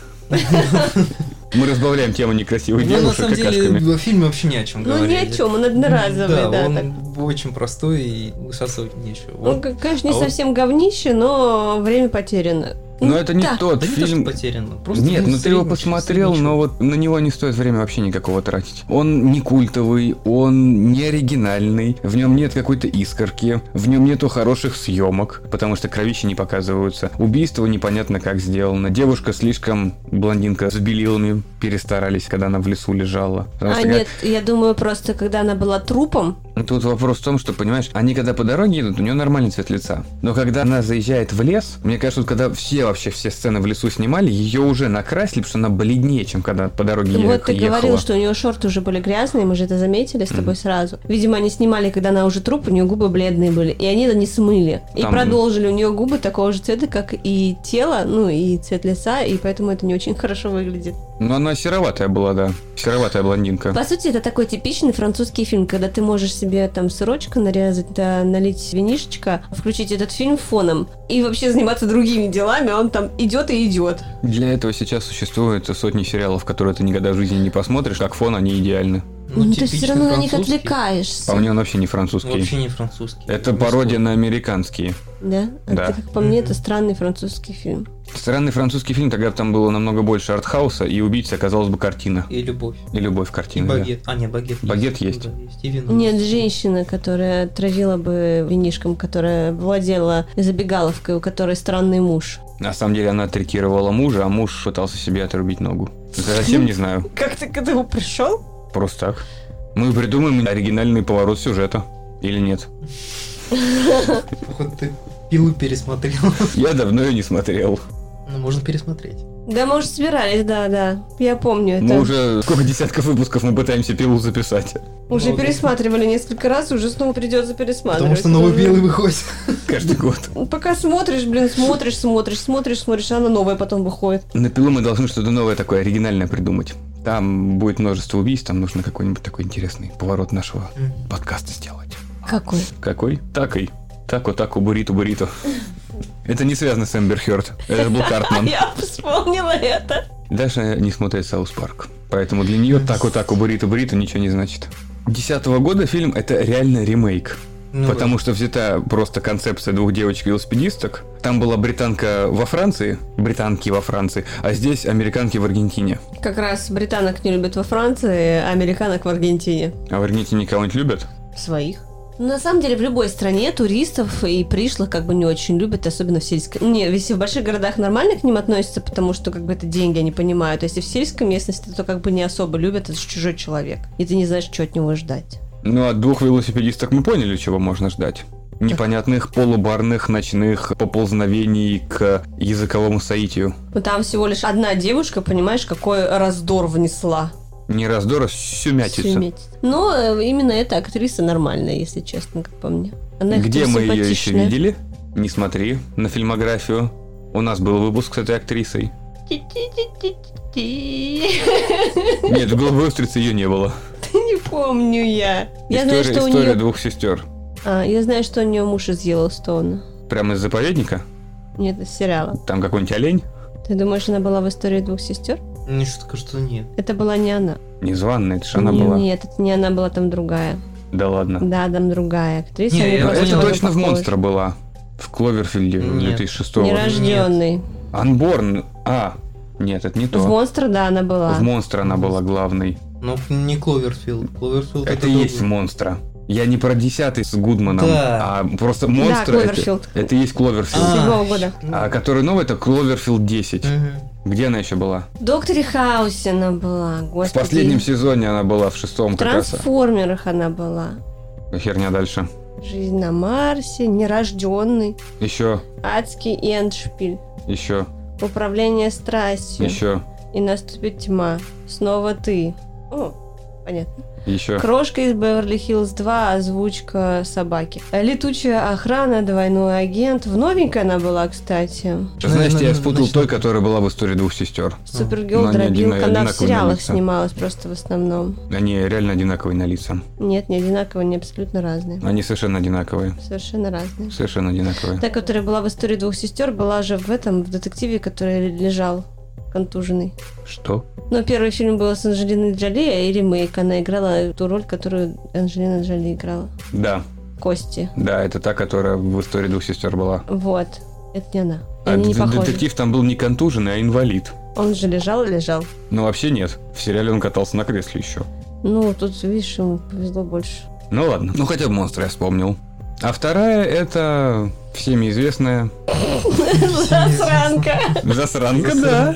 [SPEAKER 1] Мы разбавляем тему некрасивых
[SPEAKER 2] Ну, на
[SPEAKER 1] девушек
[SPEAKER 2] самом деле,
[SPEAKER 1] какашками.
[SPEAKER 2] в фильме вообще ни о чем
[SPEAKER 3] Ну, ни
[SPEAKER 2] говорить.
[SPEAKER 3] о чем, он одноразовый, да,
[SPEAKER 2] он
[SPEAKER 3] так.
[SPEAKER 2] очень простой и высасывать нечего.
[SPEAKER 3] Он,
[SPEAKER 1] Ну,
[SPEAKER 2] Вот.
[SPEAKER 3] к- конечно, не
[SPEAKER 2] А он-
[SPEAKER 3] совсем говнище, но время потеряно.
[SPEAKER 1] Но это не
[SPEAKER 3] да.
[SPEAKER 1] тот
[SPEAKER 2] Да не то, что
[SPEAKER 1] фильм,
[SPEAKER 2] потеряно. Просто
[SPEAKER 1] Нет,
[SPEAKER 2] ну,
[SPEAKER 1] ну ты его
[SPEAKER 2] средний,
[SPEAKER 1] посмотрел,
[SPEAKER 2] средний
[SPEAKER 1] но вот на него не стоит время вообще никакого тратить. Он не культовый, он не оригинальный, в нем нет какой-то искорки, в нем нету хороших съемок, потому что кровищи не показываются, убийство непонятно как сделано, девушка слишком блондинка с белилами перестарались, когда она в лесу лежала. Потому
[SPEAKER 3] А
[SPEAKER 1] что
[SPEAKER 3] нет, я думаю, просто когда она была трупом,
[SPEAKER 1] Тут вопрос в том, что, понимаешь, они когда по дороге идут, у нее нормальный цвет лица. Но когда она заезжает в лес, мне кажется, вот когда все вообще все сцены в лесу снимали, ее уже накрасили, потому что она бледнее, чем когда по дороге е-
[SPEAKER 3] вот ты
[SPEAKER 1] ехала.
[SPEAKER 3] говорил, что у нее шорты уже были грязные, мы же это заметили с тобой сразу. Видимо, они снимали, когда она уже труп, у нее губы бледные были, и они это не смыли. И
[SPEAKER 1] Там-
[SPEAKER 3] продолжили, у нее губы такого же цвета, как и тело, ну и цвет лица, и поэтому это не очень хорошо выглядит.
[SPEAKER 1] Но она сероватая была, да. Сероватая блондинка.
[SPEAKER 3] По сути, это такой типичный французский фильм, когда ты можешь себе там сырочка нарезать, да, налить винишечка, включить этот фильм фоном и вообще заниматься другими делами, а он там идет и идет.
[SPEAKER 1] Для этого сейчас существует сотни сериалов, которые ты никогда в жизни не посмотришь, как фон они идеальны.
[SPEAKER 2] шаг.
[SPEAKER 3] Ну,
[SPEAKER 2] Ну,
[SPEAKER 3] ты все
[SPEAKER 2] типичный
[SPEAKER 3] равно на них
[SPEAKER 2] французский.
[SPEAKER 3] отвлекаешься.
[SPEAKER 1] По А мне, он вообще не
[SPEAKER 2] Ну,
[SPEAKER 1] французский.
[SPEAKER 2] Вообще не французский.
[SPEAKER 1] Это
[SPEAKER 2] Ну,
[SPEAKER 1] пародия на американские.
[SPEAKER 3] Да? А
[SPEAKER 1] Да.
[SPEAKER 3] ты, как по мне, это
[SPEAKER 2] Мгм.
[SPEAKER 3] странный французский фильм.
[SPEAKER 1] Странный французский фильм, тогда там было намного больше артхауса, и убийца оказалась бы картина.
[SPEAKER 2] И любовь.
[SPEAKER 1] И любовь
[SPEAKER 2] И
[SPEAKER 1] картины. да.
[SPEAKER 2] багет. А, нет, багет есть.
[SPEAKER 1] Багет есть.
[SPEAKER 2] Ну, да, есть. И вино.
[SPEAKER 3] Нет,
[SPEAKER 2] есть.
[SPEAKER 3] женщина, которая травила бы винишком, которая владела забегаловкой, у которой странный муж.
[SPEAKER 1] На самом деле она трикировала мужа, а муж пытался себе отрубить ногу. Зачем, не знаю.
[SPEAKER 3] Как ты к этому пришел?
[SPEAKER 1] Просто так. Мы придумаем оригинальный поворот сюжета. Или нет?
[SPEAKER 2] Походу, ты пилу пересмотрел.
[SPEAKER 1] Я давно ее не смотрел.
[SPEAKER 2] Ну, можно пересмотреть.
[SPEAKER 3] Да, мы уже собирались, да, да. Я помню это.
[SPEAKER 1] Мы уже сколько десятков выпусков мы пытаемся пилу записать.
[SPEAKER 3] Уже
[SPEAKER 2] Ну, да.
[SPEAKER 3] пересматривали несколько раз, уже снова придется
[SPEAKER 2] Потому
[SPEAKER 3] пересматривать.
[SPEAKER 2] что новый белый выходит.
[SPEAKER 1] Каждый год.
[SPEAKER 3] Пока смотришь, блин, смотришь, смотришь, смотришь, смотришь, а она новая потом выходит.
[SPEAKER 1] На пилу мы должны что-то новое такое оригинальное придумать. Там будет множество убийств, там нужно какой-нибудь такой интересный поворот нашего подкаста сделать.
[SPEAKER 3] Какой?
[SPEAKER 1] Какой? Такой. Тако, тако, буриту, буриту. Это не связано с Эмбер Хёрд. Это был
[SPEAKER 2] А
[SPEAKER 1] Картман.
[SPEAKER 3] Я вспомнила это.
[SPEAKER 1] Даша не смотрит Саус Парк. Поэтому для нее так вот так у Бурита Бурита ничего не значит. Десятого года фильм это реально ремейк.
[SPEAKER 2] Ну,
[SPEAKER 1] Потому что взята просто концепция двух девочек-велосипедисток. Там была британка во Франции, британки во Франции, а здесь американки в Аргентине.
[SPEAKER 3] Как раз британок не любят во Франции, а американок в Аргентине.
[SPEAKER 1] А в Аргентине кого-нибудь любят?
[SPEAKER 3] Своих. На самом деле, в любой стране туристов и пришлых как бы не очень любят, особенно в сельской. Не, если в больших городах нормально к ним относятся, потому что как бы это деньги они понимают. А если в сельской местности, то как бы не особо любят, это же чужой человек. И ты не знаешь, что от него ждать.
[SPEAKER 1] Ну, от двух велосипедисток мы поняли, чего можно ждать. Непонятных полубарных ночных поползновений к языковому соитию.
[SPEAKER 3] Но там всего лишь одна девушка, понимаешь, какой раздор внесла.
[SPEAKER 1] Не раздор, а сюмятица.
[SPEAKER 3] Сюметь. Но э, именно эта актриса нормальная, если честно, как по мне. Она
[SPEAKER 1] Где
[SPEAKER 3] хоть и
[SPEAKER 1] мы ее еще
[SPEAKER 3] симпатичная.
[SPEAKER 1] видели? Не смотри на фильмографию. У нас был выпуск с этой актрисой.
[SPEAKER 3] Ти-ти-ти-ти-ти.
[SPEAKER 1] Нет, в «Голубой устрице» ее не было.
[SPEAKER 3] Не помню я.
[SPEAKER 1] история
[SPEAKER 3] Я знаю, что у
[SPEAKER 1] история
[SPEAKER 3] нее...
[SPEAKER 1] двух сестер.
[SPEAKER 3] А, я знаю, что у нее муж из Йеллоустона.
[SPEAKER 1] Прямо из заповедника?
[SPEAKER 3] Нет, из сериала.
[SPEAKER 1] Там какой-нибудь олень?
[SPEAKER 3] Ты думаешь, она была в истории двух сестер?
[SPEAKER 2] Мне Ну, что-то кажется, что нет.
[SPEAKER 3] Это была не она.
[SPEAKER 1] Незваная, это же она
[SPEAKER 3] Не-
[SPEAKER 1] была.
[SPEAKER 3] Нет, это не она была, там другая.
[SPEAKER 1] Да ладно.
[SPEAKER 3] Да, там другая актриса.
[SPEAKER 2] Не,
[SPEAKER 3] они
[SPEAKER 2] я
[SPEAKER 1] Но
[SPEAKER 3] просто
[SPEAKER 1] это
[SPEAKER 2] понял.
[SPEAKER 3] немного
[SPEAKER 1] точно в
[SPEAKER 3] похожи.
[SPEAKER 1] «Монстра» была. В «Кловерфильде»
[SPEAKER 2] Нет.
[SPEAKER 1] 2006
[SPEAKER 3] Нерожденный.
[SPEAKER 1] «Анборн». А, нет, это не
[SPEAKER 3] В
[SPEAKER 1] то.
[SPEAKER 3] монстра, да, она была.
[SPEAKER 1] В «Монстра» она была главной.
[SPEAKER 2] Ну, не Кловерфилд. Кловерфилд
[SPEAKER 1] Это и есть «Монстра». Я не про десятый с Гудманом,
[SPEAKER 2] Да.
[SPEAKER 1] а просто «Монстра» это-
[SPEAKER 3] Кловерфилд.
[SPEAKER 1] это и есть «Кловерфилд».
[SPEAKER 3] А. седьмого года.
[SPEAKER 2] ну,
[SPEAKER 1] А который новый, это Кловерфилд 10.
[SPEAKER 2] Мгм.
[SPEAKER 1] Где она еще была?
[SPEAKER 3] В Докторе Хаусе она была.
[SPEAKER 1] В
[SPEAKER 3] Господи.
[SPEAKER 1] последнем сезоне она была, в шестом
[SPEAKER 3] В
[SPEAKER 1] как раз.
[SPEAKER 3] Трансформерах она была.
[SPEAKER 1] Херня дальше.
[SPEAKER 3] Жизнь на Марсе, Нерожденный,
[SPEAKER 1] Еще,
[SPEAKER 3] Адский эндшпиль,
[SPEAKER 1] еще,
[SPEAKER 3] Управление страстью
[SPEAKER 1] еще,
[SPEAKER 3] и наступит тьма. Снова ты. О, понятно.
[SPEAKER 1] еще.
[SPEAKER 3] Крошка из Беверли-Хиллз 2, озвучка собаки. Э, Летучая охрана, двойной агент. В новенькой она была, кстати. Ну,
[SPEAKER 1] Знаете, я
[SPEAKER 2] Наверное,
[SPEAKER 1] спутал той,
[SPEAKER 2] начнем.
[SPEAKER 1] которая была в истории двух сестер. Ну,
[SPEAKER 3] Супергерл,
[SPEAKER 1] они одина-
[SPEAKER 3] дробилка. Она в
[SPEAKER 1] одинаковые
[SPEAKER 3] сериалах
[SPEAKER 1] лица.
[SPEAKER 3] снималась просто в основном.
[SPEAKER 1] Они реально одинаковые на лица.
[SPEAKER 3] Нет, не одинаковые, они абсолютно разные.
[SPEAKER 1] Они совершенно одинаковые.
[SPEAKER 3] Совершенно разные.
[SPEAKER 1] Совершенно одинаковые.
[SPEAKER 3] Та, которая была в истории двух сестер, была же в этом, в детективе, который лежал контуженный.
[SPEAKER 1] Что?
[SPEAKER 3] Но первый фильм был с Анджелиной Джоли, и ремейк. Она играла ту роль, которую Анджелина Джоли играла.
[SPEAKER 1] Да,
[SPEAKER 3] Кости.
[SPEAKER 1] да, это та, которая в истории двух сестер была.
[SPEAKER 3] Вот. Это не она. И
[SPEAKER 1] А
[SPEAKER 3] Они не
[SPEAKER 1] д-
[SPEAKER 3] похожи.
[SPEAKER 1] детектив там был не контуженный, а инвалид.
[SPEAKER 3] Он же лежал и лежал.
[SPEAKER 1] Ну вообще нет. В сериале он катался на кресле еще.
[SPEAKER 3] Ну, тут, видишь, ему повезло больше.
[SPEAKER 1] Ну ладно. Ну хотя бы монстра я вспомнил. А вторая это всеми известная
[SPEAKER 3] Засранка!
[SPEAKER 1] засранка, да.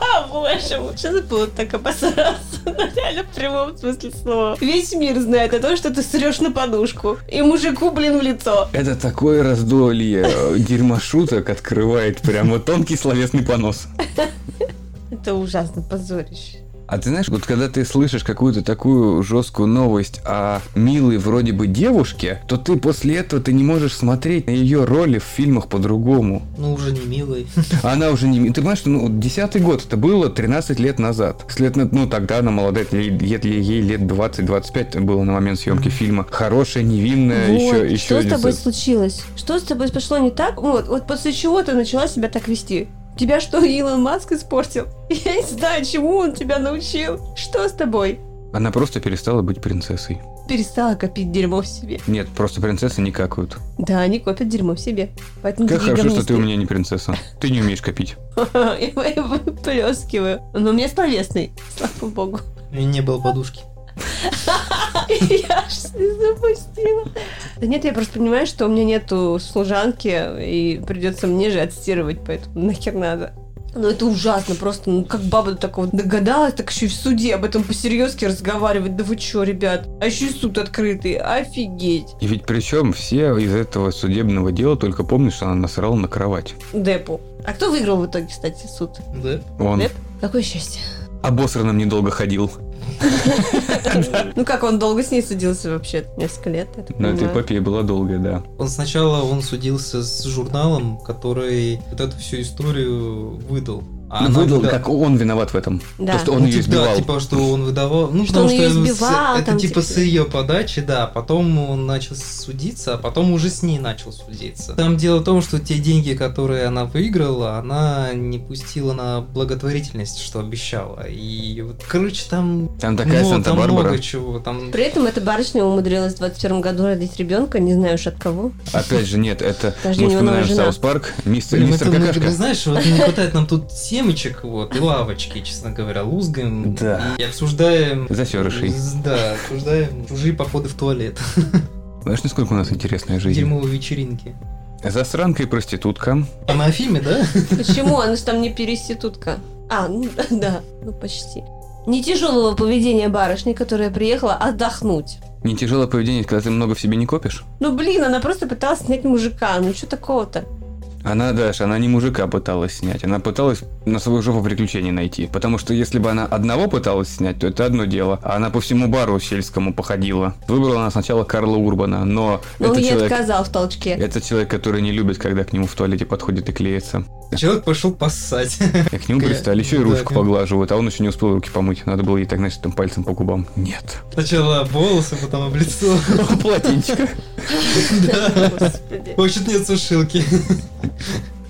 [SPEAKER 3] А, боже, вот что за было так обосраться? Ну, Реально в прямом смысле слова. Весь мир знает о том, что ты срешь на подушку. И мужику, блин, в лицо.
[SPEAKER 1] Это такое раздолье э, дерьма шуток открывает прямо тонкий словесный понос.
[SPEAKER 3] Это ужасно, позорище.
[SPEAKER 1] А ты знаешь, вот когда ты слышишь какую-то такую жесткую новость о милой вроде бы девушке, то ты после этого ты не можешь смотреть на ее роли в фильмах по-другому.
[SPEAKER 2] Ну, уже не милый.
[SPEAKER 1] Она уже не... ми- Ты понимаешь, что ну, вот 10 год это было 13 лет назад. След, на- ну, тогда она молодая, лет- лет- ей лет 20-25 было на момент съемки фильма. Хорошая, невинная,
[SPEAKER 3] Вот,
[SPEAKER 1] еще...
[SPEAKER 3] что
[SPEAKER 1] еще
[SPEAKER 3] с тобой
[SPEAKER 1] десять-
[SPEAKER 3] случилось? Что с тобой пошло не так? Вот, вот после чего ты начала себя так вести? Тебя что, Илон Маск испортил? Я не знаю, чему он тебя научил. Что с тобой?
[SPEAKER 1] Она просто перестала быть принцессой.
[SPEAKER 3] Перестала копить дерьмо в себе.
[SPEAKER 1] Нет, просто принцессы не какают.
[SPEAKER 3] Да, они копят дерьмо в себе. Поэтому
[SPEAKER 1] Как
[SPEAKER 3] такие
[SPEAKER 1] хорошо, что ты у
[SPEAKER 3] говнистые.
[SPEAKER 1] меня не принцесса. Ты не умеешь копить.
[SPEAKER 3] Я выплескиваю. Но у меня словесный, слава богу.
[SPEAKER 2] У меня не было подушки.
[SPEAKER 3] Я аж не запустила. Да нет, я просто понимаю, что у меня нету служанки, и придется мне же отстирывать, поэтому нахер надо. Ну это ужасно просто, ну как баба до такого догадалась, так еще и в суде об этом по-серьезки разговаривать, да вы чё, ребят, а еще и суд открытый, офигеть.
[SPEAKER 1] И ведь причем все из этого судебного дела только помнят, что она насрала на кровать.
[SPEAKER 3] Депу. А кто выиграл в итоге, кстати, суд?
[SPEAKER 2] Да?
[SPEAKER 1] Он
[SPEAKER 3] Нет? Какое счастье.
[SPEAKER 1] обосранным недолго ходил.
[SPEAKER 3] Ну как он долго с ней судился вообще, несколько лет, я так
[SPEAKER 1] Но эта
[SPEAKER 3] понимаю.
[SPEAKER 1] эпопея была долгая, да.
[SPEAKER 2] Он сначала он судился с журналом, который вот эту всю историю выдал. А она
[SPEAKER 1] выдал,
[SPEAKER 2] выда-
[SPEAKER 1] как он виноват в этом.
[SPEAKER 3] Да.
[SPEAKER 1] То, что он
[SPEAKER 2] Ну,
[SPEAKER 1] ее
[SPEAKER 2] типа,
[SPEAKER 1] избивал.
[SPEAKER 2] Да, типа, что он выдавал. Ну,
[SPEAKER 3] Что
[SPEAKER 2] потому
[SPEAKER 3] он её
[SPEAKER 2] с-
[SPEAKER 3] избивал,
[SPEAKER 2] Это
[SPEAKER 3] там,
[SPEAKER 2] типа
[SPEAKER 3] типа-
[SPEAKER 2] с ее подачи, да. Потом он начал судиться, а потом уже с ней начал судиться. Там дело в том, что те деньги, которые она выиграла, она не пустила на благотворительность, что обещала. И вот, короче, там,
[SPEAKER 1] Там такая
[SPEAKER 3] Ну,
[SPEAKER 2] мно- там
[SPEAKER 1] Санта-Барбара.
[SPEAKER 2] много чего. Там...
[SPEAKER 3] При этом эта барышня умудрилась в 21 году родить ребенка, не знаешь от кого.
[SPEAKER 1] Опять же, нет, это
[SPEAKER 3] Подожди,
[SPEAKER 1] мы
[SPEAKER 3] у него новая
[SPEAKER 1] вспоминаем
[SPEAKER 3] жена.
[SPEAKER 1] Саус Парк, мистер,
[SPEAKER 2] Блин,
[SPEAKER 1] мистер
[SPEAKER 2] это, ну,
[SPEAKER 1] Какашка.
[SPEAKER 2] ты знаешь, вот не хватает нам тут семечек, вот, и лавочки, честно говоря, лузгаем.
[SPEAKER 1] Да.
[SPEAKER 2] И обсуждаем...
[SPEAKER 1] Засёрышей.
[SPEAKER 2] Да, обсуждаем чужие походы в туалет.
[SPEAKER 1] Знаешь, насколько у нас интересная жизнь?
[SPEAKER 2] Дерьмовые вечеринки.
[SPEAKER 1] Засранка и проститутка.
[SPEAKER 2] Она о фильме, да?
[SPEAKER 3] Почему? Она же там не переститутка. А, ну да, ну почти. Не тяжелого поведения барышни, которая приехала отдохнуть.
[SPEAKER 1] Не тяжелое поведение, когда ты много в себе не копишь?
[SPEAKER 3] Ну блин, она просто пыталась снять мужика. Ну что такого-то?
[SPEAKER 1] Она, Даша, она не мужика пыталась снять, она пыталась на свою жопу приключений найти. Потому что если бы она одного пыталась снять, то это одно дело. А она по всему бару сельскому походила. Выбрала она сначала Карла Урбана, но,
[SPEAKER 3] Но он
[SPEAKER 1] это
[SPEAKER 3] ей
[SPEAKER 1] человек...
[SPEAKER 3] отказал в толчке.
[SPEAKER 1] Это человек, который не любит, когда к нему в туалете подходит и клеится.
[SPEAKER 2] Человек пошел поссать.
[SPEAKER 1] И к нему
[SPEAKER 2] Кля-
[SPEAKER 1] пристали, еще и
[SPEAKER 2] да,
[SPEAKER 1] ручку
[SPEAKER 2] кля-
[SPEAKER 1] поглаживают, а он еще не успел руки помыть. Надо было ей так, значит, там пальцем по губам. Нет.
[SPEAKER 2] Сначала об волосы, потом об лицо.
[SPEAKER 1] Полотенечко.
[SPEAKER 3] Господи.
[SPEAKER 2] Вообще нет сушилки.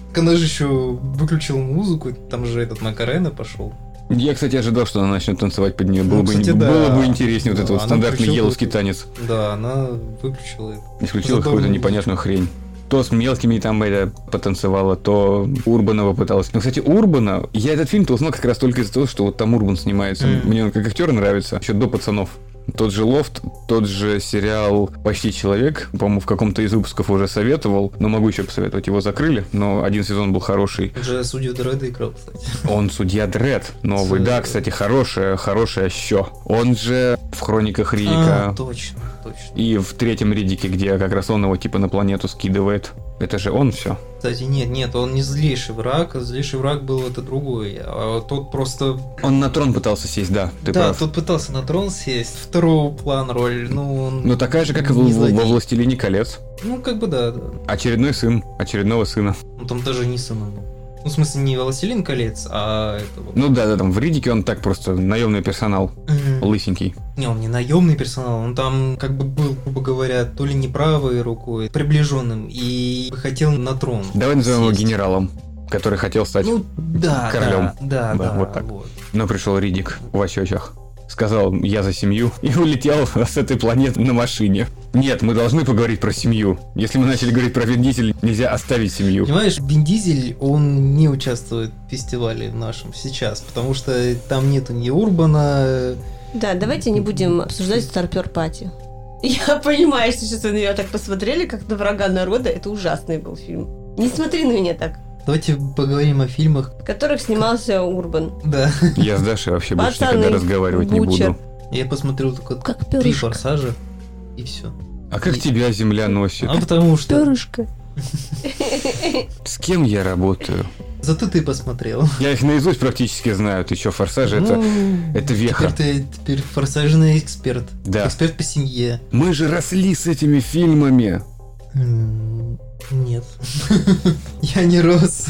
[SPEAKER 2] Так Она же еще выключила музыку, там же этот Макарена пошел.
[SPEAKER 1] Я, кстати, ожидал, что она начнет танцевать под нее.
[SPEAKER 2] Ну,
[SPEAKER 1] Было, бы,
[SPEAKER 2] кстати, да.
[SPEAKER 1] было бы интереснее вот
[SPEAKER 2] Да,
[SPEAKER 1] этот вот
[SPEAKER 2] она
[SPEAKER 1] стандартный
[SPEAKER 2] включила
[SPEAKER 1] еловский
[SPEAKER 2] какую-то-
[SPEAKER 1] танец.
[SPEAKER 2] Да, она выключила это.
[SPEAKER 1] И включила
[SPEAKER 2] Зато-
[SPEAKER 1] какую-то непонятную хрень. То с мелкими там это потанцевала, то Урбанова пыталась. Ну, кстати, Урбана, я этот фильм-то узнал как раз только из-за того, что вот там Урбан снимается.
[SPEAKER 2] Мгм.
[SPEAKER 1] Мне он как актер нравится, еще до пацанов. Тот же Лофт, тот же сериал «Почти человек», по-моему, в каком-то из выпусков уже советовал, но могу еще посоветовать, его закрыли, но один сезон был хороший.
[SPEAKER 2] Он же судью Дреда играл, кстати.
[SPEAKER 1] Он судья Дред новый,
[SPEAKER 2] С-
[SPEAKER 1] да, кстати, хорошая, хорошая еще. Он же в «Хрониках Ридика»,
[SPEAKER 2] А, точно, точно.
[SPEAKER 1] и в третьем Ридике, где как раз он его типа на планету скидывает. Это же он все.
[SPEAKER 2] Кстати, нет, нет, он не злейший враг, а злейший враг был это другой. А тот просто...
[SPEAKER 1] Он на трон пытался сесть, да, ты
[SPEAKER 2] да,
[SPEAKER 1] прав.
[SPEAKER 2] тот пытался на трон сесть, второго план роль, ну он...
[SPEAKER 1] Но такая же, как и
[SPEAKER 2] не
[SPEAKER 1] во,
[SPEAKER 2] злодей.
[SPEAKER 1] во «Властелине колец».
[SPEAKER 2] Ну, как бы да, да.
[SPEAKER 1] Очередной сын очередного сына.
[SPEAKER 2] Ну там даже не сыном был. Ну, в смысле, не Властелин колец, а это вот.
[SPEAKER 1] Ну да, да, там в Ридике он так просто наемный персонал,
[SPEAKER 2] Мгм.
[SPEAKER 1] лысенький.
[SPEAKER 2] Не, он не наемный персонал, он там как бы был, грубо говоря, то ли не правой рукой, приближенным, и хотел на трон.
[SPEAKER 1] Давай назовем его
[SPEAKER 2] сесть.
[SPEAKER 1] генералом, который хотел стать.
[SPEAKER 2] Ну да,
[SPEAKER 1] королем.
[SPEAKER 2] да, да,
[SPEAKER 1] Да,
[SPEAKER 2] да,
[SPEAKER 1] вот так. Но пришел Ридик в очочах. Сказал, я за семью, и улетел с этой планеты на машине. Нет, мы должны поговорить про семью. Если мы начали говорить про Вин Дизель, нельзя оставить семью.
[SPEAKER 2] Понимаешь, Бин Дизель, он не участвует в фестивале нашем сейчас, потому что там нету ни Урбана,
[SPEAKER 3] Да, давайте не будем обсуждать старпер пати. Я понимаю, что сейчас вы на меня так посмотрели, как на врага народа. Это ужасный был фильм. Не смотри на меня так.
[SPEAKER 2] Давайте поговорим о фильмах.
[SPEAKER 3] В которых снимался Урбан.
[SPEAKER 2] Да.
[SPEAKER 1] Я с Дашей вообще больше
[SPEAKER 3] Пацаны,
[SPEAKER 1] никогда разговаривать не
[SPEAKER 3] бучер.
[SPEAKER 1] буду.
[SPEAKER 2] Я посмотрел только
[SPEAKER 3] Как
[SPEAKER 2] три
[SPEAKER 3] перышко.
[SPEAKER 2] форсажа, и все.
[SPEAKER 1] А как тебя земля носит?
[SPEAKER 2] А потому что...
[SPEAKER 3] Перышко.
[SPEAKER 1] С кем я работаю?
[SPEAKER 2] Зато ты посмотрел.
[SPEAKER 1] Я их наизусть практически знаю. Ты что, форсажи это...
[SPEAKER 2] Ну,
[SPEAKER 1] это веха.
[SPEAKER 2] Теперь ты теперь форсажный эксперт.
[SPEAKER 1] Да.
[SPEAKER 2] Эксперт по семье.
[SPEAKER 1] Мы же росли с этими фильмами.
[SPEAKER 2] М, Нет. Я не рос.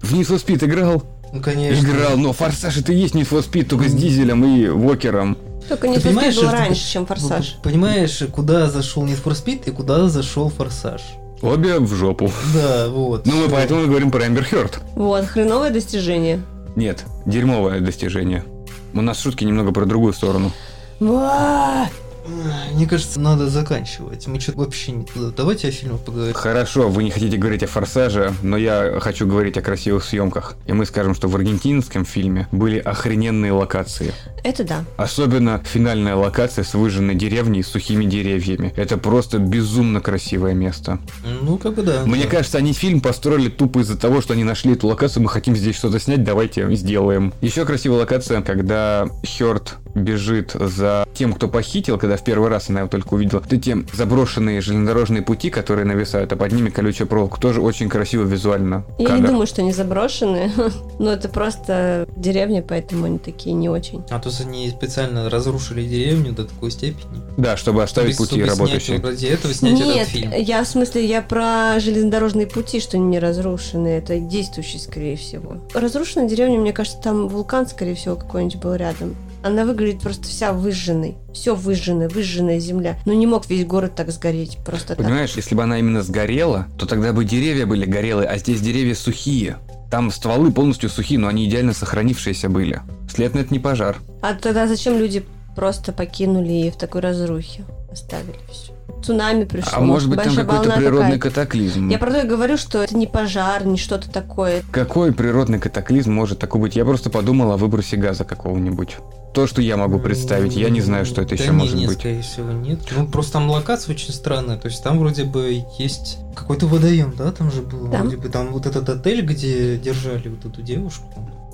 [SPEAKER 1] В Need for Speed играл?
[SPEAKER 2] Ну, конечно.
[SPEAKER 1] Играл, но форсаж это и есть Need for Speed, только с Дизелем и Уокером.
[SPEAKER 3] Только не
[SPEAKER 2] Ты понимаешь,
[SPEAKER 3] Форсаж был
[SPEAKER 2] что-
[SPEAKER 3] раньше, чем
[SPEAKER 2] П-
[SPEAKER 3] Форсаж.
[SPEAKER 2] Понимаешь, куда зашел Need for Speed и куда зашел Форсаж.
[SPEAKER 1] Обе в жопу.
[SPEAKER 2] Да, вот.
[SPEAKER 1] Ну мы поэтому и говорим про Эмбер Хёрд.
[SPEAKER 3] Вот, хреновое достижение.
[SPEAKER 1] Нет, дерьмовое достижение. У нас шутки немного про другую сторону.
[SPEAKER 3] Ва!
[SPEAKER 2] М, Мне кажется, надо заканчивать. Мы что-то вообще не туда. Давайте о фильмах поговорим.
[SPEAKER 1] Хорошо, вы не хотите говорить о форсаже, но я хочу говорить о красивых съемках. И мы скажем, что в аргентинском фильме были охрененные локации.
[SPEAKER 3] Это да.
[SPEAKER 1] Особенно финальная локация с выжженной деревней и сухими деревьями. Это просто безумно красивое место.
[SPEAKER 2] Ну, как бы да.
[SPEAKER 1] Мне
[SPEAKER 2] Да.
[SPEAKER 1] кажется, они фильм построили тупо из-за того, что они нашли эту локацию, мы хотим здесь что-то снять, давайте сделаем. Еще красивая локация, когда Хёрд бежит за тем, кто похитил, когда в первый раз она его только увидела. Вот эти заброшенные железнодорожные пути, которые нависают, а под ними колючая проволока, тоже очень красиво визуально.
[SPEAKER 3] Я не
[SPEAKER 1] Кадр.
[SPEAKER 3] думаю, что они заброшенные, но это просто деревня, поэтому они такие не очень.
[SPEAKER 2] А то есть они специально разрушили деревню до такой степени.
[SPEAKER 1] Да, чтобы оставить
[SPEAKER 2] Чтобы-
[SPEAKER 1] пути
[SPEAKER 2] чтобы снять-
[SPEAKER 1] работающие.
[SPEAKER 2] ради этого снять этот
[SPEAKER 3] Нет, э,
[SPEAKER 2] фильм.
[SPEAKER 3] я в смысле, я про железнодорожные пути, что они не разрушены, это действующие, скорее всего. Разрушенная деревня, мне кажется, там вулкан, скорее всего, какой-нибудь был рядом. Она выглядит просто вся выжженной. Все выжжено, выжженная земля. Ну не мог весь город так сгореть, просто так.
[SPEAKER 1] Понимаешь, если бы она именно сгорела, то тогда бы деревья были горелые, а здесь деревья сухие. Там стволы полностью сухие, но они идеально сохранившиеся были. Следовательно, это не пожар.
[SPEAKER 3] А тогда зачем люди просто покинули и в такой разрухе оставили все? Цунами пришло.
[SPEAKER 1] а может быть там
[SPEAKER 3] большая
[SPEAKER 1] какой-то
[SPEAKER 3] волна
[SPEAKER 1] природный
[SPEAKER 3] какая-то.
[SPEAKER 1] катаклизм.
[SPEAKER 3] Я про то и говорю, что это не пожар, не что-то такое.
[SPEAKER 1] Какой природный катаклизм может такой быть? Я просто подумал о выбросе газа какого-нибудь. То, что я могу представить, я не знаю, что это
[SPEAKER 2] Да
[SPEAKER 1] еще
[SPEAKER 2] не,
[SPEAKER 1] может
[SPEAKER 2] не,
[SPEAKER 1] быть.
[SPEAKER 2] скорее всего, нет. Ну, просто там локация очень странная. То есть там вроде бы есть какой-то водоем, да, там же было?
[SPEAKER 3] Да.
[SPEAKER 2] Вроде бы там вот этот отель, где держали вот эту девушку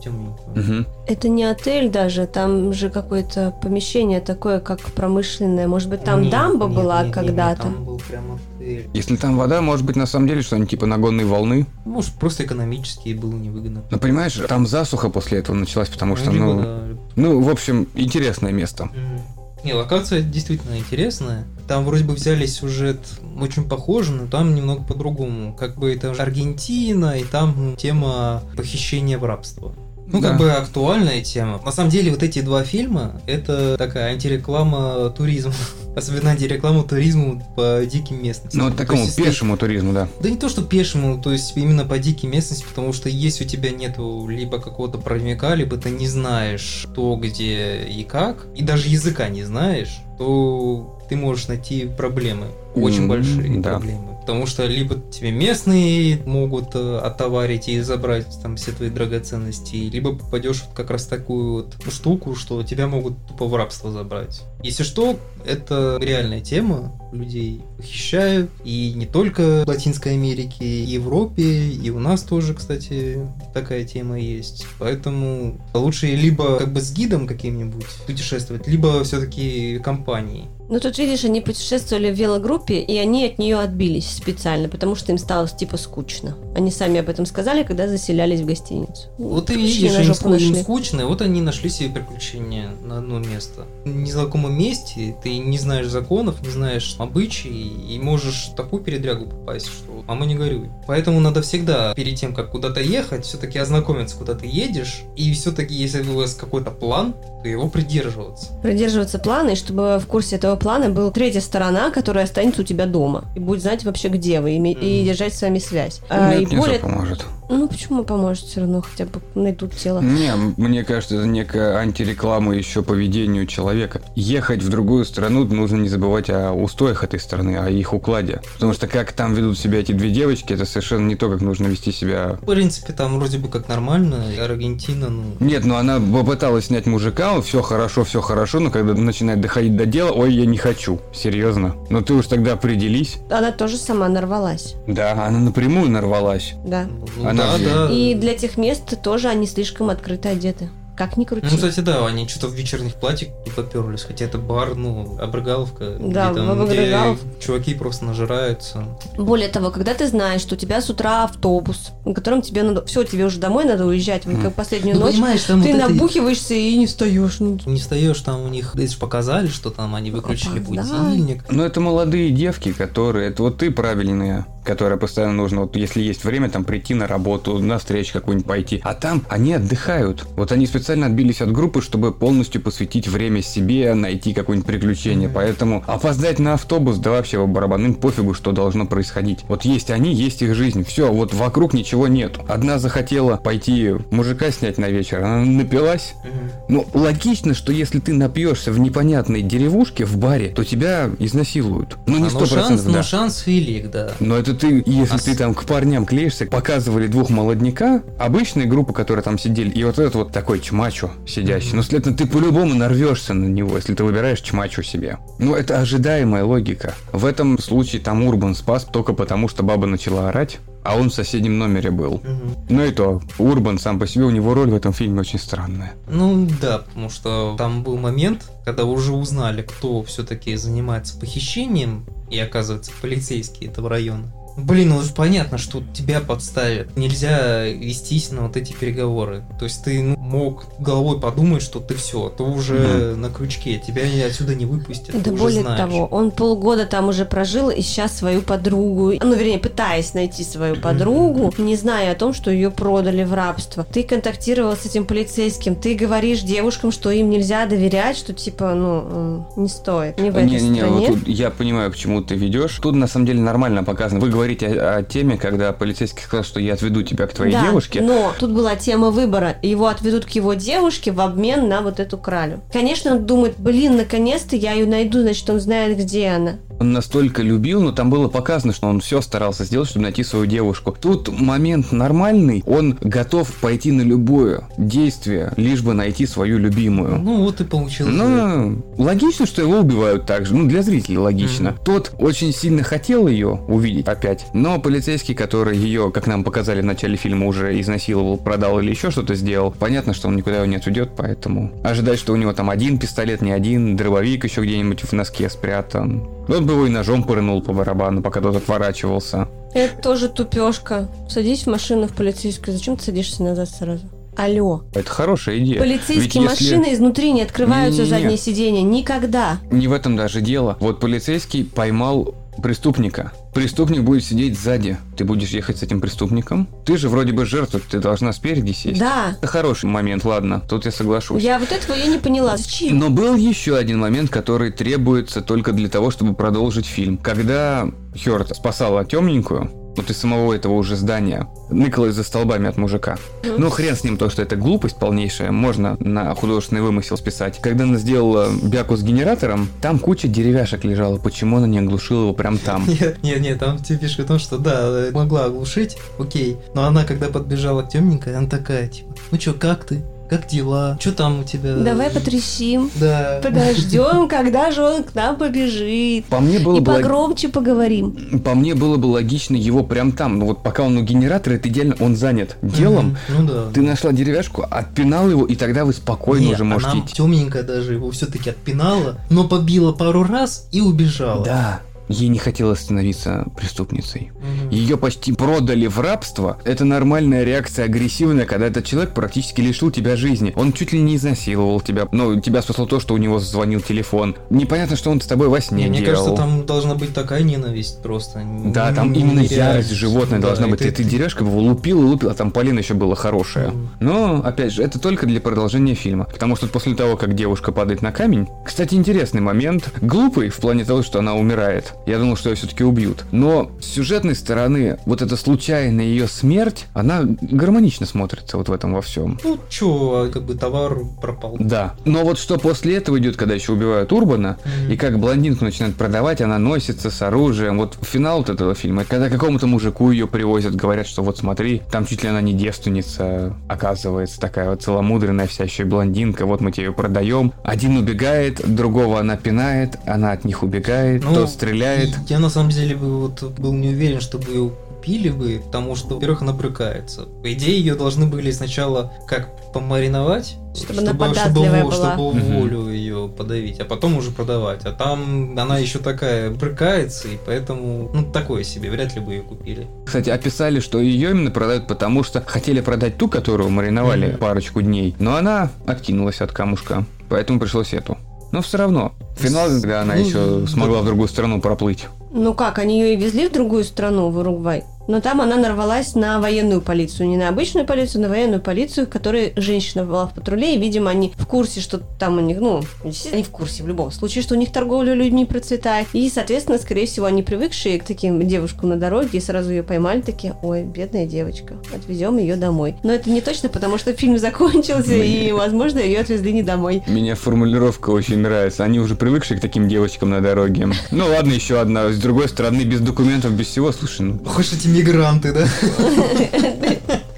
[SPEAKER 2] темненькую.
[SPEAKER 1] Мгм.
[SPEAKER 3] Это не отель даже, там же какое-то помещение такое, как промышленное. Может быть, там
[SPEAKER 2] Нет,
[SPEAKER 3] дамба
[SPEAKER 2] нет,
[SPEAKER 3] была
[SPEAKER 2] нет, нет,
[SPEAKER 3] когда-то.
[SPEAKER 2] Там был прям отель.
[SPEAKER 1] Если там вода, может быть, на самом деле что-нибудь типа нагонной волны.
[SPEAKER 2] Ну, Может, просто экономически было невыгодно.
[SPEAKER 1] Но понимаешь, там засуха после этого началась, потому что,
[SPEAKER 2] либо,
[SPEAKER 1] ну...
[SPEAKER 2] да,
[SPEAKER 1] Ну, в общем, интересное место.
[SPEAKER 2] Мгм. Не, локация действительно интересная. Там вроде бы взяли сюжет очень похожий, но там немного по-другому. Как бы это же Аргентина, и там тема похищения в рабство. Ну,
[SPEAKER 1] Да.
[SPEAKER 2] как бы актуальная тема. На самом деле, вот эти два фильма – это такая антиреклама туризма. Особенно антиреклама туризма по диким местностям.
[SPEAKER 1] Ну, вот
[SPEAKER 2] То
[SPEAKER 1] такому
[SPEAKER 2] есть, если-
[SPEAKER 1] пешему туризму, да.
[SPEAKER 2] да не то, что пешему, то есть именно по дикой местности, потому что если у тебя нету либо какого-то проводника, либо ты не знаешь, что, где и как, и даже языка не знаешь, то ты можешь найти проблемы, очень
[SPEAKER 1] М,
[SPEAKER 2] большие
[SPEAKER 1] да.
[SPEAKER 2] проблемы. Потому что либо тебе местные могут э, отоварить и забрать там все твои драгоценности, либо попадешь вот как раз в такую вот штуку, что тебя могут тупо в рабство забрать. Если что, это реальная тема. Людей похищают. И не только в Латинской Америке, и Европе, и у нас тоже, кстати, такая тема есть. Поэтому лучше либо как бы с гидом каким-нибудь путешествовать, либо все-таки компанией.
[SPEAKER 3] Ну тут видишь, они путешествовали в велогруппе, и они от нее отбились специально, потому что им стало типа скучно. Они сами об этом сказали, когда заселялись в гостиницу.
[SPEAKER 2] Вот ты
[SPEAKER 3] Точнее,
[SPEAKER 2] видишь,
[SPEAKER 3] на
[SPEAKER 2] им,
[SPEAKER 3] жопу
[SPEAKER 2] ску- им
[SPEAKER 3] нашли.
[SPEAKER 2] скучно, и вот они нашли себе приключения на одно место. В незнакомом месте ты не знаешь законов, не знаешь обычаи, и можешь в такую передрягу попасть, что мама не горюй. Поэтому надо всегда, перед тем, как куда-то ехать, все-таки ознакомиться, куда ты едешь, и все-таки, если у вас какой-то план, то его придерживаться.
[SPEAKER 3] Придерживаться плана, и чтобы в курсе этого плана была третья сторона, которая останется у тебя дома. И будет знать вообще, где вы, и, име- и
[SPEAKER 2] Мгм. Ну,
[SPEAKER 3] держать с вами связь. А,
[SPEAKER 1] Нет,
[SPEAKER 3] и
[SPEAKER 1] не
[SPEAKER 3] более...
[SPEAKER 1] поможет.
[SPEAKER 3] Ну почему поможет все равно, хотя бы найдут тело.
[SPEAKER 1] Не, мне кажется, это некая антиреклама еще поведению человека. Ехать в другую страну, нужно не забывать о устоях этой страны, о их укладе. Потому что как там ведут себя эти две девочки, это совершенно не то, как нужно вести себя.
[SPEAKER 2] В принципе, там вроде бы как нормально, и Аргентина, ну...
[SPEAKER 1] Нет, ну она попыталась снять мужика, все хорошо, все хорошо, но когда начинает доходить до дела, ой, я не хочу, серьезно. Но ты уж тогда определись.
[SPEAKER 3] Она тоже сама нарвалась,
[SPEAKER 1] Да, она напрямую нарвалась.
[SPEAKER 3] да.
[SPEAKER 2] ну
[SPEAKER 1] Она
[SPEAKER 2] да,
[SPEAKER 1] же-
[SPEAKER 2] да.
[SPEAKER 3] И для тех мест тоже они слишком открыто одеты. Как ни крути.
[SPEAKER 2] Ну, кстати, да, они что-то в вечерних платьях поперлись, хотя это бар, ну, обрыгаловка,
[SPEAKER 3] Да,
[SPEAKER 2] где, там,
[SPEAKER 3] в
[SPEAKER 2] где
[SPEAKER 3] обрыгаловке.
[SPEAKER 2] чуваки просто нажираются.
[SPEAKER 3] Более того, когда ты знаешь, что у тебя с утра автобус, на котором тебе надо... Все, тебе уже домой надо уезжать, в
[SPEAKER 1] Мгм.
[SPEAKER 3] последнюю ночь.
[SPEAKER 2] понимаешь, там
[SPEAKER 3] ну, ты
[SPEAKER 2] Ну, вот это-
[SPEAKER 3] набухиваешься и не встаешь. Ну,
[SPEAKER 2] Не встаешь, там у них, здесь же показали, что там они выключили
[SPEAKER 3] Опоздали.
[SPEAKER 2] будильник.
[SPEAKER 1] Но Ну, это молодые девки, которые... Это вот ты правильная, которая постоянно нужно, вот если есть время, там прийти на работу, на встречу какую-нибудь пойти. А там они отдыхают. Вот они специально отбились от группы, чтобы полностью посвятить время себе, найти какое-нибудь приключение.
[SPEAKER 2] Мгм.
[SPEAKER 1] Поэтому опоздать на автобус, да вообще по барабану, им пофигу, что должно происходить. Вот есть они, есть их жизнь. Все, вот вокруг ничего нет. Одна захотела пойти мужика снять на вечер, она напилась,
[SPEAKER 2] Мгм.
[SPEAKER 1] ну, логично, что если ты напьешься в непонятной деревушке, в баре, то тебя изнасилуют. Ну, не
[SPEAKER 2] А,
[SPEAKER 1] сто
[SPEAKER 2] шанс,
[SPEAKER 1] процентов,
[SPEAKER 2] но
[SPEAKER 1] да.
[SPEAKER 2] шанс велик, да.
[SPEAKER 1] Но это ты, если
[SPEAKER 2] А
[SPEAKER 1] ты
[SPEAKER 2] с-
[SPEAKER 1] там к парням клеишься, показывали двух молодняка, обычные группы, которые там сидели, и вот этот вот такой чмачу сидящий.
[SPEAKER 2] Мгм.
[SPEAKER 1] Ну, следовательно, ты по-любому нарвешься на него, если ты выбираешь чмачу себе. Ну, это ожидаемая логика. В этом случае там Урбан спас только потому, что баба начала орать, а он в соседнем номере был.
[SPEAKER 2] Мгм.
[SPEAKER 1] Ну и то, Урбан сам по себе, у него роль в этом фильме очень странная.
[SPEAKER 2] Ну да, потому что там был момент, когда уже узнали, кто все-таки занимается похищением, и оказывается полицейские этого района. Блин, ну же понятно, что тебя подставят. Нельзя вестись на вот эти переговоры. То есть ты ну, мог головой подумать, что ты все, ты уже на крючке, тебя и отсюда не выпустят. ты
[SPEAKER 3] Да
[SPEAKER 2] уже
[SPEAKER 3] более
[SPEAKER 2] знаешь.
[SPEAKER 3] того, он полгода там уже прожил и сейчас свою подругу, ну вернее, пытаясь найти свою подругу, не зная о том, что ее продали в рабство. Ты контактировал с этим полицейским, ты говоришь девушкам, что им нельзя доверять, что типа, ну, м, не стоит. Не в этой
[SPEAKER 1] Не-не-не, вот
[SPEAKER 3] стране.
[SPEAKER 1] тут я понимаю, к чему ты ведешь. Тут на самом деле нормально показано. Вы говорите о, о теме, когда полицейский сказал, что я отведу тебя к твоей
[SPEAKER 3] Да, ну
[SPEAKER 1] девушке.
[SPEAKER 3] Но тут была тема выбора. Его отведут к его девушке в обмен на вот эту кралю. Конечно, он думает, блин, наконец-то я ее найду, значит, он знает, где она.
[SPEAKER 1] Он настолько любил, но там было показано, что он все старался сделать, чтобы найти свою девушку. Тут момент нормальный, он готов пойти на любое действие, лишь бы найти свою любимую.
[SPEAKER 2] Ну вот и получилось.
[SPEAKER 1] Ну, логично, что его убивают также. Ну, для зрителей логично.
[SPEAKER 2] Мгм.
[SPEAKER 1] Тот очень сильно хотел ее увидеть опять, но полицейский, который ее, как нам показали в начале фильма, уже изнасиловал, продал или еще что-то сделал, понятно, что он никуда его не отведет, поэтому ожидать, что у него там один пистолет, не один, дробовик еще где-нибудь в носке спрятан. Он бы его и ножом пырнул по барабану, пока тот отворачивался.
[SPEAKER 3] Это тоже тупешка. Садись в машину в полицейскую. Зачем ты садишься назад сразу? Алло.
[SPEAKER 1] Это хорошая идея. Ведь
[SPEAKER 3] Полицейские
[SPEAKER 1] если-
[SPEAKER 3] машины изнутри не открываются
[SPEAKER 1] Не-не-не.
[SPEAKER 3] задние сиденья. Никогда.
[SPEAKER 1] Не в этом даже дело. Вот полицейский поймал преступника. Преступник будет сидеть сзади. Ты будешь ехать с этим преступником? Ты же вроде бы жертва, ты должна спереди сесть.
[SPEAKER 3] Да.
[SPEAKER 1] Это хороший момент, ладно, тут я соглашусь.
[SPEAKER 3] Я вот этого я не поняла. Зачем?
[SPEAKER 1] Но был еще один момент, который требуется только для того, чтобы продолжить фильм. Когда Хёрд спасала темненькую, вот из самого этого уже здания, ныкалась за столбами от мужика. Ну, хрен с ним то, что это глупость полнейшая, можно на художественный вымысел списать. Когда она сделала бяку с генератором, там куча деревяшек лежала, почему она не оглушила его прям там?
[SPEAKER 2] Нет, нет, нет, там тебе фишка в том, что да, э, могла оглушить, окей. Но она, когда подбежала к темненькой, она такая, типа, ну чё, как ты? Как дела? Чё там у тебя?
[SPEAKER 1] Ну, э,
[SPEAKER 3] Давай потрясим.
[SPEAKER 2] Да.
[SPEAKER 3] Подождем, когда же он к нам побежит.
[SPEAKER 1] По мне было
[SPEAKER 3] И
[SPEAKER 1] бы лог-
[SPEAKER 3] погромче поговорим.
[SPEAKER 1] по мне было бы логично его прям там, но вот пока он у генератора, это идеально, он занят делом.
[SPEAKER 2] Мгм, Ну да.
[SPEAKER 1] Ты нашла деревяшку, отпинал его, и тогда вы спокойно
[SPEAKER 2] Не,
[SPEAKER 1] уже можете
[SPEAKER 2] она
[SPEAKER 1] идти.
[SPEAKER 2] темненькая даже его все-таки отпинала, но побила пару раз и убежала.
[SPEAKER 1] Да, ей не хотелось становиться преступницей.
[SPEAKER 2] Мгм.
[SPEAKER 1] Ее почти продали в рабство. Это нормальная реакция агрессивная, когда этот человек практически лишил тебя жизни. Он чуть ли не изнасиловал тебя. Ну, тебя спасло то, что у него звонил телефон. Непонятно, что он с тобой во сне
[SPEAKER 2] Не, мне
[SPEAKER 1] делал.
[SPEAKER 2] кажется, там должна быть такая ненависть просто.
[SPEAKER 1] Да,
[SPEAKER 2] Н-
[SPEAKER 1] там
[SPEAKER 2] н-
[SPEAKER 1] именно
[SPEAKER 2] нереально.
[SPEAKER 1] ярость животное
[SPEAKER 2] Да,
[SPEAKER 1] должна
[SPEAKER 2] и
[SPEAKER 1] быть. Ты, ты дерешь, как бы его лупил и лупил, а там Полина еще была хорошая.
[SPEAKER 2] Мгм.
[SPEAKER 1] Но, опять же, это только для продолжения фильма. Потому что после того, как девушка падает на камень... Кстати, интересный момент. Глупый в плане того, что она умирает. Я думал, что ее все-таки убьют. Но с сюжетной стороны, вот эта случайная ее смерть, она гармонично смотрится вот в этом во всем.
[SPEAKER 2] Ну чё, а как бы товар пропал.
[SPEAKER 1] Да. Но вот что после этого идет, когда еще убивают Урбана,
[SPEAKER 2] Мгм.
[SPEAKER 1] и как блондинку начинают продавать, она носится с оружием. Вот финал вот этого фильма, когда какому-то мужику ее привозят, говорят, что вот смотри, там чуть ли она не девственница, оказывается, такая вот целомудренная вся еще и блондинка, вот мы тебе ее продаем. Один убегает, другого она пинает, она от них убегает,
[SPEAKER 2] Ну,
[SPEAKER 1] тот стреляет.
[SPEAKER 2] И Я на самом деле бы вот был не уверен, чтобы ее купили бы, потому что, во-первых, она брыкается. По идее, ее должны были сначала как помариновать,
[SPEAKER 3] Чтобы она
[SPEAKER 2] чтобы,
[SPEAKER 3] податливая
[SPEAKER 2] во-
[SPEAKER 3] была.
[SPEAKER 2] чтобы во
[SPEAKER 1] Мгм.
[SPEAKER 2] волю ее подавить, а потом уже продавать. А там она еще такая брыкается, и поэтому, ну, такое себе, вряд ли бы ее купили.
[SPEAKER 1] Кстати, описали, что ее именно продают, потому что хотели продать ту, которую мариновали
[SPEAKER 2] Мгм.
[SPEAKER 1] парочку дней, но она откинулась от камушка, поэтому пришлось эту. Но все равно, финал, когда она
[SPEAKER 2] Ну,
[SPEAKER 1] еще
[SPEAKER 2] да.
[SPEAKER 1] смогла в другую страну проплыть.
[SPEAKER 3] Ну как, они ее и везли в другую страну, в Уругвай. Но там она нарвалась на военную полицию. Не на обычную полицию, на военную полицию, в которой женщина была в патруле. И, видимо, они в курсе, что там у них, ну, естественно, они в курсе в любом случае, что у них торговля людьми процветает. И, соответственно, скорее всего, они привыкшие к таким девушкам на дороге и сразу ее поймали, такие, ой, бедная девочка, отвезем ее домой. Но это не точно, потому что фильм закончился, и, возможно, ее отвезли не домой.
[SPEAKER 1] Меня формулировка очень нравится. Они уже привыкшие к таким девочкам на дороге. Ну ладно, еще одна. С другой стороны, без документов, без всего. Слушай, ну,
[SPEAKER 2] Хочешь эти мигранты, да?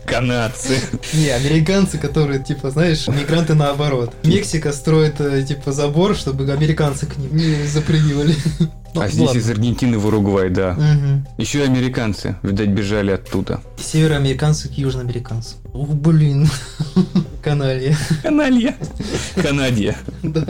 [SPEAKER 1] канадцы.
[SPEAKER 2] Не, американцы, которые, типа, знаешь, мигранты наоборот. Мексика строит, э, типа, забор, чтобы американцы к ним не запрыгивали. Ну,
[SPEAKER 1] а здесь
[SPEAKER 2] ладно.
[SPEAKER 1] из Аргентины в Уругвай, да.
[SPEAKER 2] Мгм.
[SPEAKER 1] Еще и американцы, видать, бежали оттуда.
[SPEAKER 2] Североамериканцы к южноамериканцам. Ух, блин. Каналья.
[SPEAKER 1] Каналья. Канадья.
[SPEAKER 2] Да.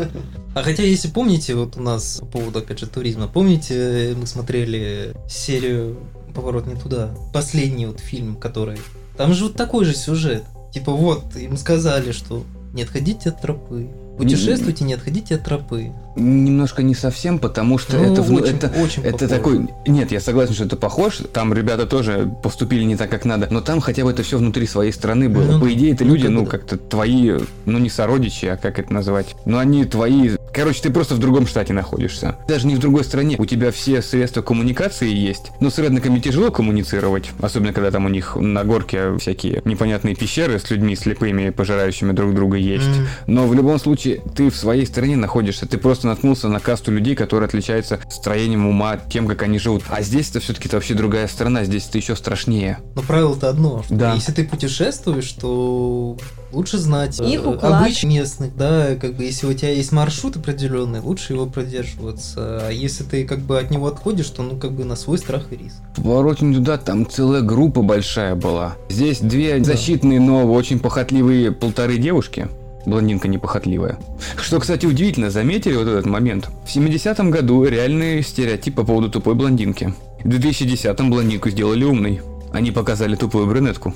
[SPEAKER 2] А хотя, если помните, вот у нас по поводу, опять же, туризма, помните, мы смотрели серию «Поворот не туда», последний вот фильм, который... Там же вот такой же сюжет. Типа вот, им сказали, что не отходите от тропы, путешествуйте, не отходите от тропы.
[SPEAKER 1] Немножко не совсем, потому что
[SPEAKER 2] Ну,
[SPEAKER 1] это, вну-
[SPEAKER 2] очень,
[SPEAKER 1] это,
[SPEAKER 2] очень
[SPEAKER 1] это
[SPEAKER 2] похоже.
[SPEAKER 1] такой... Нет, я согласен, что это похож. Там ребята тоже поступили не так, как надо. Но там хотя бы это все внутри своей страны было.
[SPEAKER 2] Ну,
[SPEAKER 1] По идее, это
[SPEAKER 2] ну,
[SPEAKER 1] люди,
[SPEAKER 2] как бы
[SPEAKER 1] ну,
[SPEAKER 2] да.
[SPEAKER 1] как-то твои, ну, не сородичи, а как это назвать? Ну, они твои... Короче, ты просто в другом штате находишься. Даже не в другой стране. У тебя все средства коммуникации есть. Но с родниками тяжело коммуницировать. Особенно, когда там у них на горке всякие непонятные пещеры с людьми слепыми, пожирающими друг друга есть.
[SPEAKER 2] М.
[SPEAKER 1] Но в любом случае, ты в своей стране находишься, ты просто наткнулся на касту людей, которые отличаются строением ума, тем, как они живут. А здесь это все-таки вообще другая страна, здесь это еще страшнее.
[SPEAKER 2] Но правило-то одно, что
[SPEAKER 1] Да.
[SPEAKER 2] если ты путешествуешь, то лучше знать
[SPEAKER 3] Их
[SPEAKER 2] э,
[SPEAKER 3] уклад.
[SPEAKER 2] обычаи местных, да, как бы если у тебя есть маршрут определенный, лучше его придерживаться. А если ты как бы от него отходишь, то ну как бы на свой страх и риск.
[SPEAKER 1] В повороте не туда, там целая группа большая была. Здесь две защитные, но очень похотливые полторы девушки. Блондинка непохотливая. Что, кстати, удивительно, заметили вот этот момент? В 70-м году реальный стереотип по поводу тупой блондинки. В 2010-м блондинку сделали умной. Они показали тупую брюнетку.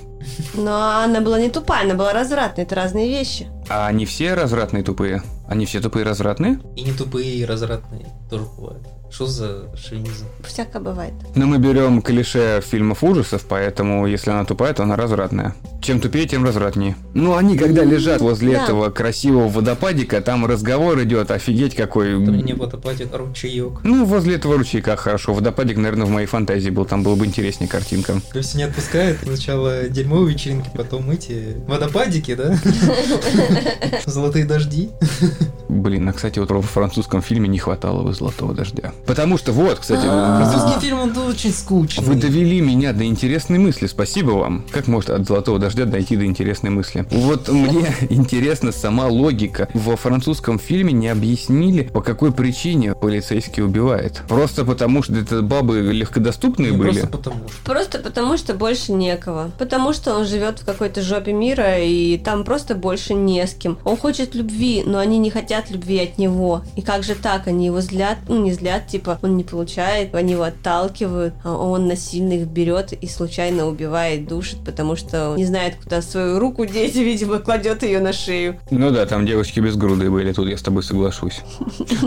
[SPEAKER 3] Но она была не тупая, она была развратная, это разные вещи.
[SPEAKER 1] А они все развратные тупые? Они все тупые развратные?
[SPEAKER 2] И не тупые, и развратные тоже бывают. Что за шовинизм?
[SPEAKER 3] Всякое бывает.
[SPEAKER 1] Но Ну, мы берем клише фильмов ужасов, поэтому если она тупая, то она развратная. Чем тупее, тем развратнее. Ну, они когда лежат возле
[SPEAKER 3] Да.
[SPEAKER 1] этого красивого водопадика, там разговор идет, офигеть какой.
[SPEAKER 2] Там не водопадик, а ручеек.
[SPEAKER 1] Ну, возле этого ручейка хорошо. Водопадик, наверное, в моей фантазии был, там была бы интереснее картинка.
[SPEAKER 2] То есть не отпускает сначала дерьмовые вечеринки, потом эти водопадики, да? Золотые дожди.
[SPEAKER 1] Блин, а, кстати, вот во французском фильме не хватало бы «Золотого дождя». Потому что, вот, кстати,
[SPEAKER 2] Французский фильм, он очень скучный.
[SPEAKER 1] А. Вы довели меня до интересной мысли, спасибо вам. Как может от золотого дождя дойти до интересной мысли? Вот мне интересна сама логика. Во французском фильме не объяснили, по какой причине полицейский убивает. Просто потому, что это бабы легкодоступные
[SPEAKER 2] Не,
[SPEAKER 1] были.
[SPEAKER 2] Просто потому что.
[SPEAKER 3] Просто потому, что больше некого. Потому что он живет в какой-то жопе мира, и там просто больше не с кем. Он хочет любви, но они не хотят любви от него. И как же так? Они его злят, ну не злят, типа он не получает, они его отталкивают, а он насильно их берет и случайно убивает, душит, потому что не знает, куда свою руку деть, и, видимо, кладет ее на шею.
[SPEAKER 1] Ну да, там девочки без груды были, тут я с тобой соглашусь.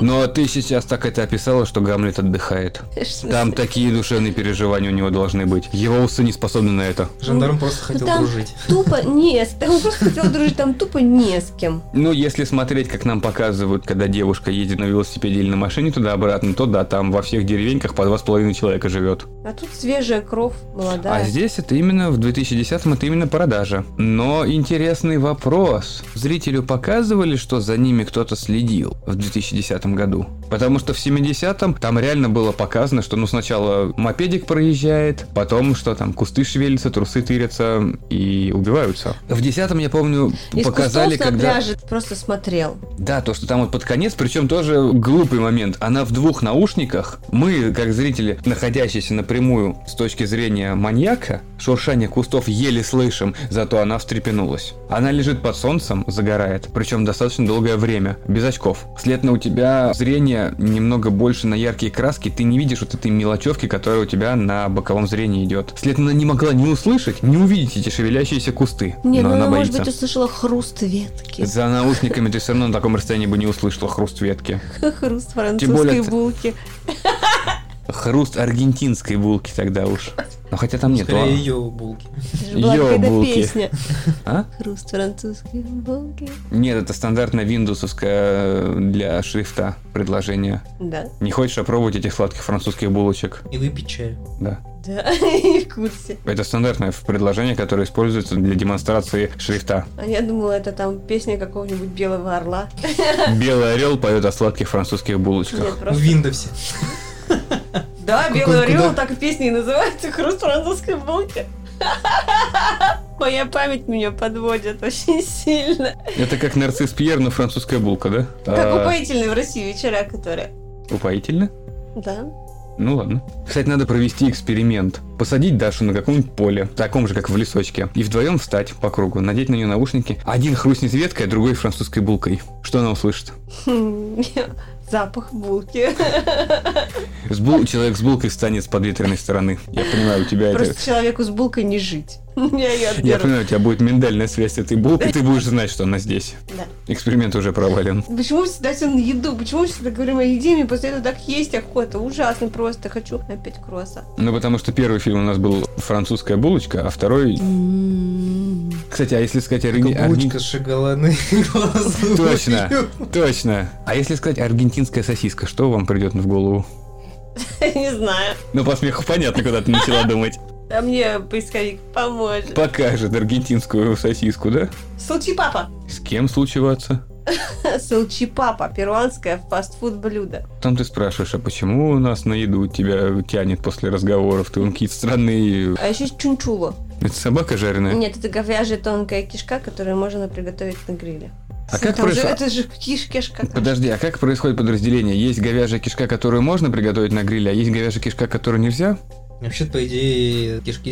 [SPEAKER 1] Но ты сейчас так это описала, что Гамлет отдыхает. Там такие душевные переживания у него должны быть. Его усы не способны на это.
[SPEAKER 2] Жандарм просто
[SPEAKER 3] Ну,
[SPEAKER 2] хотел
[SPEAKER 3] там
[SPEAKER 2] дружить.
[SPEAKER 3] Тупо не с Там он просто хотел дружить, там тупо не с кем.
[SPEAKER 1] Ну, если смотреть, как нам показывают, когда девушка едет на велосипеде или на машине туда-обратно, то да, там во всех деревеньках по два с половиной человека живет.
[SPEAKER 3] А тут свежая кровь, молодая.
[SPEAKER 1] А здесь это именно в 2010-м, это именно продажа. Но интересный вопрос. Зрителю показывали, что за ними кто-то следил в 2010 году? Потому что в 70-м там реально было показано, что ну сначала мопедик проезжает, потом что там, кусты шевелятся, трусы тырятся и убиваются. В 10-м, я помню,
[SPEAKER 3] Из
[SPEAKER 1] показали,
[SPEAKER 3] кустов на
[SPEAKER 1] когда...
[SPEAKER 3] пляже просто смотрел.
[SPEAKER 1] Да, то, что там вот под конец, причем тоже глупый момент. Она в двух наушниках. Мы, как зрители, находящиеся напрямую с точки зрения маньяка, шуршание кустов еле слышим, зато она встрепенулась. Она лежит под солнцем, загорает, причем достаточно долгое время, без очков. Следно у тебя зрение немного больше на яркие краски, ты не видишь вот этой мелочевки, которая у тебя на боковом зрении идет. Следно она не могла не услышать, не увидеть эти шевелящиеся кусты.
[SPEAKER 3] Не,
[SPEAKER 1] но
[SPEAKER 3] ну
[SPEAKER 1] она,
[SPEAKER 3] она, может
[SPEAKER 1] боится.
[SPEAKER 3] быть, услышала хруст ветки.
[SPEAKER 1] За наушниками ты все равно на таком расстоянии бы не услышала хруст ветки.
[SPEAKER 3] Хруст
[SPEAKER 1] Тем более
[SPEAKER 3] французской
[SPEAKER 1] ты-
[SPEAKER 3] булки.
[SPEAKER 1] Хруст аргентинской булки тогда уж. Но хотя там а? нет.
[SPEAKER 2] Ну, Скорее
[SPEAKER 1] ладно.
[SPEAKER 2] ее булки.
[SPEAKER 3] Это же была
[SPEAKER 1] Йо,
[SPEAKER 3] какая-то
[SPEAKER 1] булки.
[SPEAKER 3] песня.
[SPEAKER 1] А?
[SPEAKER 3] Хруст французской булки.
[SPEAKER 1] Нет, это стандартное виндусовское для шрифта предложение.
[SPEAKER 3] Да,
[SPEAKER 1] Не хочешь опробовать этих сладких французских булочек?
[SPEAKER 2] И выпить чаю. Ну,
[SPEAKER 1] Да.
[SPEAKER 3] да, и в курсе.
[SPEAKER 1] Это стандартное в- предложение, которое используется для демонстрации шрифта.
[SPEAKER 3] А я думала, это там песня какого-нибудь белого орла.
[SPEAKER 1] Белый орел поет о сладких французских булочках.
[SPEAKER 3] Нет,
[SPEAKER 2] В
[SPEAKER 3] просто...
[SPEAKER 2] Виндовсе.
[SPEAKER 3] Да,
[SPEAKER 2] Какой-
[SPEAKER 3] белый орел,
[SPEAKER 2] куда?
[SPEAKER 3] так и песня и называется. Хруст французской булки. Моя память меня подводит очень сильно.
[SPEAKER 1] Это как нарцисс Пьер, но французская булка, да?
[SPEAKER 3] Как
[SPEAKER 1] А,
[SPEAKER 3] упоительные в России вечера, которые...
[SPEAKER 1] Упоительно?
[SPEAKER 3] Да.
[SPEAKER 1] Ну ладно. Кстати, надо провести эксперимент. Посадить Дашу на каком-нибудь поле, таком же, как в лесочке, и вдвоем встать по кругу, надеть на нее наушники. Один хрустнет веткой, а другой французской булкой. Что она услышит?
[SPEAKER 3] Хм, Запах булки.
[SPEAKER 1] С бул- Человек с булкой станет с подветренной стороны. Я понимаю, у тебя это...
[SPEAKER 3] Просто человеку с булкой не жить. Я ее
[SPEAKER 1] Я
[SPEAKER 3] отберу.
[SPEAKER 1] понимаю, у тебя будет миндальная связь с этой булкой, ты будешь знать, что она здесь.
[SPEAKER 3] Да.
[SPEAKER 1] Эксперимент уже провален.
[SPEAKER 3] Почему мы всегда все на еду? Почему мы всегда говорим о еде? Мне после этого так есть охота. Ужасно просто. Хочу опять круассан.
[SPEAKER 1] Ну, потому что первый фильм у нас был «Французская булочка», а второй... Кстати, а если сказать... оригин- оригин-
[SPEAKER 2] Булочка с шоколадной глазурью.
[SPEAKER 1] Точно. Точно. А если сказать аргентинская сосиска, что вам придет в голову?
[SPEAKER 3] Я не знаю.
[SPEAKER 1] Ну, по смеху понятно, куда ты начала думать.
[SPEAKER 3] А мне поисковик поможет.
[SPEAKER 1] Покажет аргентинскую сосиску, да?
[SPEAKER 3] Солчи папа.
[SPEAKER 1] С кем случиваться?
[SPEAKER 3] Солчи папа. Перуанское фастфуд блюдо.
[SPEAKER 1] Там ты спрашиваешь, а почему у нас на еду тебя тянет после разговоров? Ты он какие-то странные...
[SPEAKER 3] А еще есть чунчуло.
[SPEAKER 1] Это собака жареная?
[SPEAKER 3] Нет, это говяжья тонкая кишка, которую можно приготовить на гриле.
[SPEAKER 1] А как
[SPEAKER 3] Там же-
[SPEAKER 1] происход-
[SPEAKER 3] Это же киш- кишка. там.
[SPEAKER 1] Подожди, а как происходит подразделение? Есть говяжья кишка, которую можно приготовить на гриле, а есть говяжья кишка, которую нельзя?
[SPEAKER 2] Вообще, по идее, кишки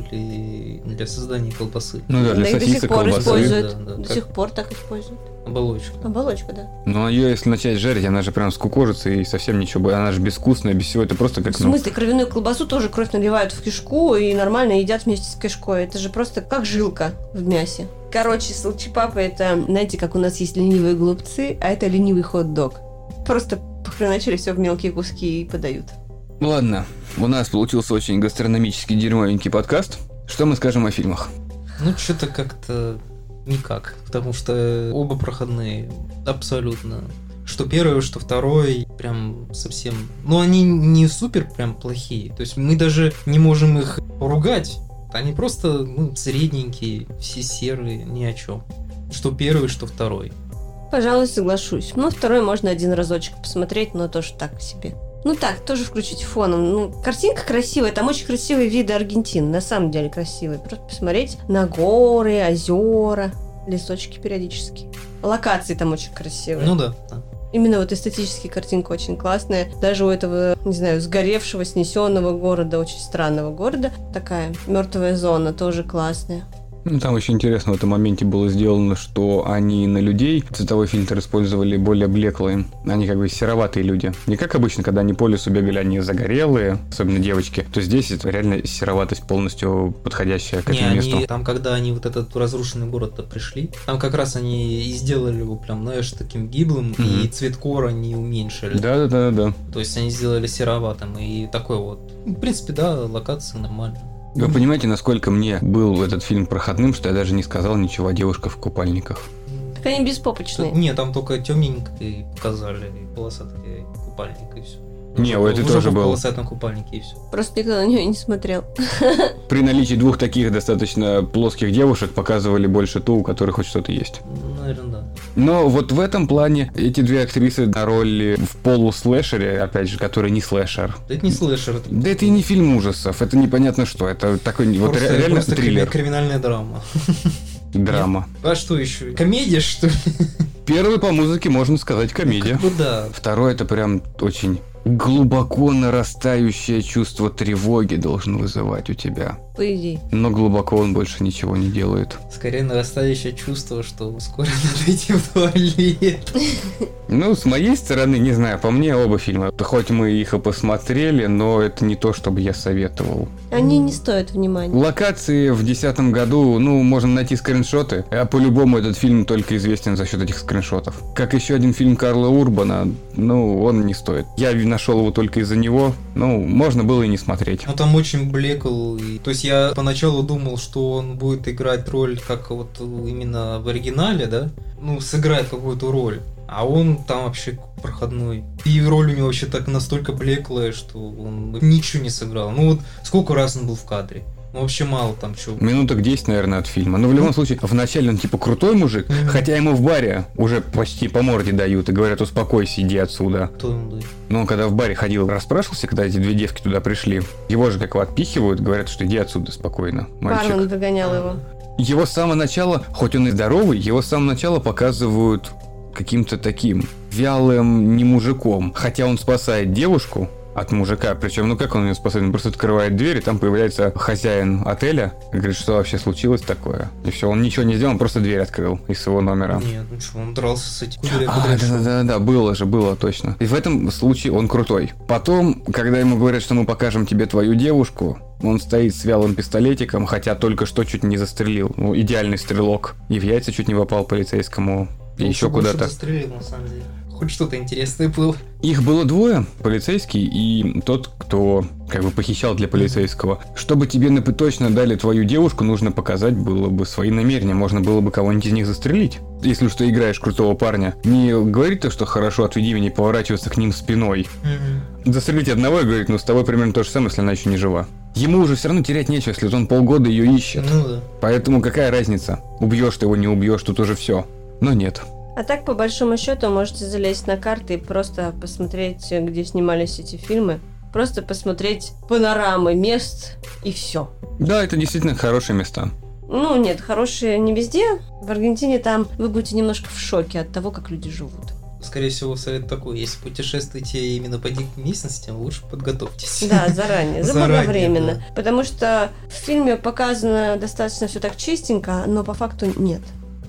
[SPEAKER 2] использовали для создания колбасы.
[SPEAKER 1] Ну да, для
[SPEAKER 3] Да и до сих
[SPEAKER 1] сосисок,
[SPEAKER 3] пор
[SPEAKER 1] колбасы.
[SPEAKER 3] используют.
[SPEAKER 2] Да, да,
[SPEAKER 3] До
[SPEAKER 2] как
[SPEAKER 3] сих пор так используют.
[SPEAKER 2] Оболочка.
[SPEAKER 3] Оболочка, да.
[SPEAKER 1] Но ее, Ну, а если начать жарить, она же прям скукожится и совсем ничего. будет. Она же безвкусная, без всего. Это просто как...
[SPEAKER 3] в
[SPEAKER 1] ну,
[SPEAKER 3] смысле, кровяную колбасу тоже кровь наливают в кишку и нормально едят вместе с кишкой. Это же просто как жилка в мясе. Короче, солчипапа это, знаете, как у нас есть ленивые голубцы, а это ленивый хот-дог. Просто похреначили все в мелкие куски и подают.
[SPEAKER 1] Ладно, у нас получился очень гастрономический дерьмовенький подкаст. Что мы скажем о фильмах?
[SPEAKER 2] Ну, что-то как-то никак, потому что оба проходные абсолютно. Что первый, что второй, прям совсем... Ну, они не супер прям плохие, то есть мы даже не можем их ругать. Они просто ну, средненькие, все серые, ни о чем. Что первый, что второй.
[SPEAKER 3] Пожалуй, соглашусь. Ну, второй можно один разочек посмотреть, но тоже так себе. Ну так, тоже включить фоном. Ну, картинка красивая, там очень красивые виды Аргентины, на самом деле красивые. Просто посмотреть на горы, озера, лесочки периодически. Локации там очень красивые.
[SPEAKER 2] Ну да, да.
[SPEAKER 3] Именно вот эстетически картинка очень классная. Даже у этого, не знаю, сгоревшего, снесенного города, очень странного города, такая мертвая зона тоже классная.
[SPEAKER 1] Ну, там очень интересно в этом моменте было сделано, что они на людей цветовой фильтр использовали более блеклые. Они как бы сероватые люди. Не как обычно, когда они по лесу бегали, они загорелые, особенно девочки. То здесь это реально сероватость полностью подходящая к
[SPEAKER 2] Не,
[SPEAKER 1] этому месту.
[SPEAKER 2] они, там, когда они вот этот разрушенный город-то пришли, там как раз они и сделали его прям, знаешь, таким гиблым, и
[SPEAKER 1] Мгм.
[SPEAKER 2] цвет кора не уменьшили.
[SPEAKER 1] Да, да, да, да.
[SPEAKER 2] То есть они сделали сероватым и такой вот. Ну, В принципе, да, локация нормально.
[SPEAKER 1] Вы понимаете, насколько мне был этот фильм проходным, что я даже не сказал ничего о девушках в купальниках.
[SPEAKER 3] Так они беспопочные.
[SPEAKER 2] Не, там только темненький показали и полосатый купальник и все.
[SPEAKER 1] Не, у этой тоже
[SPEAKER 2] в
[SPEAKER 1] был.
[SPEAKER 2] полосатом купальнике и все.
[SPEAKER 3] Просто никто на нее не смотрел.
[SPEAKER 1] При наличии двух таких достаточно плоских девушек показывали больше ту, у которой хоть что-то есть.
[SPEAKER 2] Наверное, да.
[SPEAKER 1] Но вот в этом плане эти две актрисы на роли в полуслэшере, опять же, который не слэшер.
[SPEAKER 2] Да Это не слэшер. это
[SPEAKER 1] Да это и не фильм ужасов, это непонятно что, это такой вот
[SPEAKER 2] просто-
[SPEAKER 1] ре- реально
[SPEAKER 2] просто
[SPEAKER 1] триллер,
[SPEAKER 2] крими- криминальная драма.
[SPEAKER 1] драма.
[SPEAKER 2] А что еще? Комедия, что ли?
[SPEAKER 1] Первый по музыке можно сказать комедия.
[SPEAKER 2] Как бы да.
[SPEAKER 1] Второй это прям очень глубоко нарастающее чувство тревоги должен вызывать у тебя.
[SPEAKER 3] По идее.
[SPEAKER 1] Но глубоко он больше ничего не делает.
[SPEAKER 2] Скорее нарастающее чувство, что скоро надо идти в туалет.
[SPEAKER 1] Ну, с моей стороны, не знаю, по мне оба фильма. Хоть мы их и посмотрели, но это не то, чтобы я советовал.
[SPEAKER 3] Они не стоят внимания.
[SPEAKER 1] Локации в 2010 году, ну, можно найти скриншоты, а по-любому этот фильм только известен за счет этих скриншотов. Как еще один фильм Карла Урбана, ну, он не стоит. Я ви- нашел его только из-за него, ну, можно было и не смотреть.
[SPEAKER 2] Ну там очень блекал. и- То есть я поначалу думал, что он будет играть роль как вот именно в оригинале, да? Ну, сыграет какую-то роль. А он там вообще проходной. И роль у него вообще так настолько блеклая, что он ничего не сыграл. Ну вот сколько раз он был в кадре? Ну вообще мало там чего.
[SPEAKER 1] Минуток 10, наверное, от фильма. Но в любом случае, вначале он типа крутой мужик,
[SPEAKER 2] Мгм.
[SPEAKER 1] хотя ему в баре уже почти по морде дают и говорят, успокойся, иди отсюда.
[SPEAKER 2] Кто он был?
[SPEAKER 1] Но Ну, он когда в баре ходил, расспрашивался, когда эти две девки туда пришли, его же как его отпихивают, говорят, что иди отсюда спокойно, мальчик.
[SPEAKER 3] Бармен догонял его.
[SPEAKER 1] Его с самого начала, хоть он и здоровый, его с самого начала показывают каким-то таким вялым не мужиком. Хотя он спасает девушку, от мужика. Причем, ну как он ее спасает? Он просто открывает дверь, и там появляется хозяин отеля. И говорит, что вообще случилось такое? И все, он ничего не сделал, он просто дверь открыл из своего номера.
[SPEAKER 2] Нет, ну что, он дрался с этим кудря
[SPEAKER 1] А, да, да, да, да, было же, было точно. И в этом случае он крутой. Потом, когда ему говорят, что мы покажем тебе твою девушку, он стоит с вялым пистолетиком, хотя только что чуть не застрелил. Ну, идеальный стрелок. И в яйца чуть не попал полицейскому.
[SPEAKER 2] Ну,
[SPEAKER 1] И еще куда-то.
[SPEAKER 2] Застрелил, на самом деле. Хоть что-то интересное было.
[SPEAKER 1] Их было двое, полицейский и тот, кто как бы похищал для полицейского. Чтобы тебе нап- точно дали твою девушку, нужно показать было бы свои намерения, можно было бы кого-нибудь из них застрелить. Если уж ты играешь крутого парня, не говорит то, что хорошо, отведи меня, и поворачиваться к ним спиной. Застрелить одного и говорит, ну с тобой примерно то же самое, если она еще не жива. Ему уже все равно терять нечего, если он полгода ее ищет.
[SPEAKER 2] Ну да.
[SPEAKER 1] Поэтому какая разница? Убьешь ты его, не убьешь, тут уже все. Но нет.
[SPEAKER 3] А так, по большому счету, можете залезть на карты и просто посмотреть, где снимались эти фильмы. Просто посмотреть панорамы мест и все.
[SPEAKER 1] Да, это действительно хорошие места.
[SPEAKER 3] Ну, нет, хорошие не везде. В Аргентине там вы будете немножко в шоке от того, как люди живут.
[SPEAKER 2] Скорее всего, совет такой, если путешествуете именно по диким местностям, лучше подготовьтесь.
[SPEAKER 3] Да,
[SPEAKER 2] Заранее,
[SPEAKER 3] заранее, заблаговременно. Потому что в фильме показано достаточно все так чистенько, но по факту нет.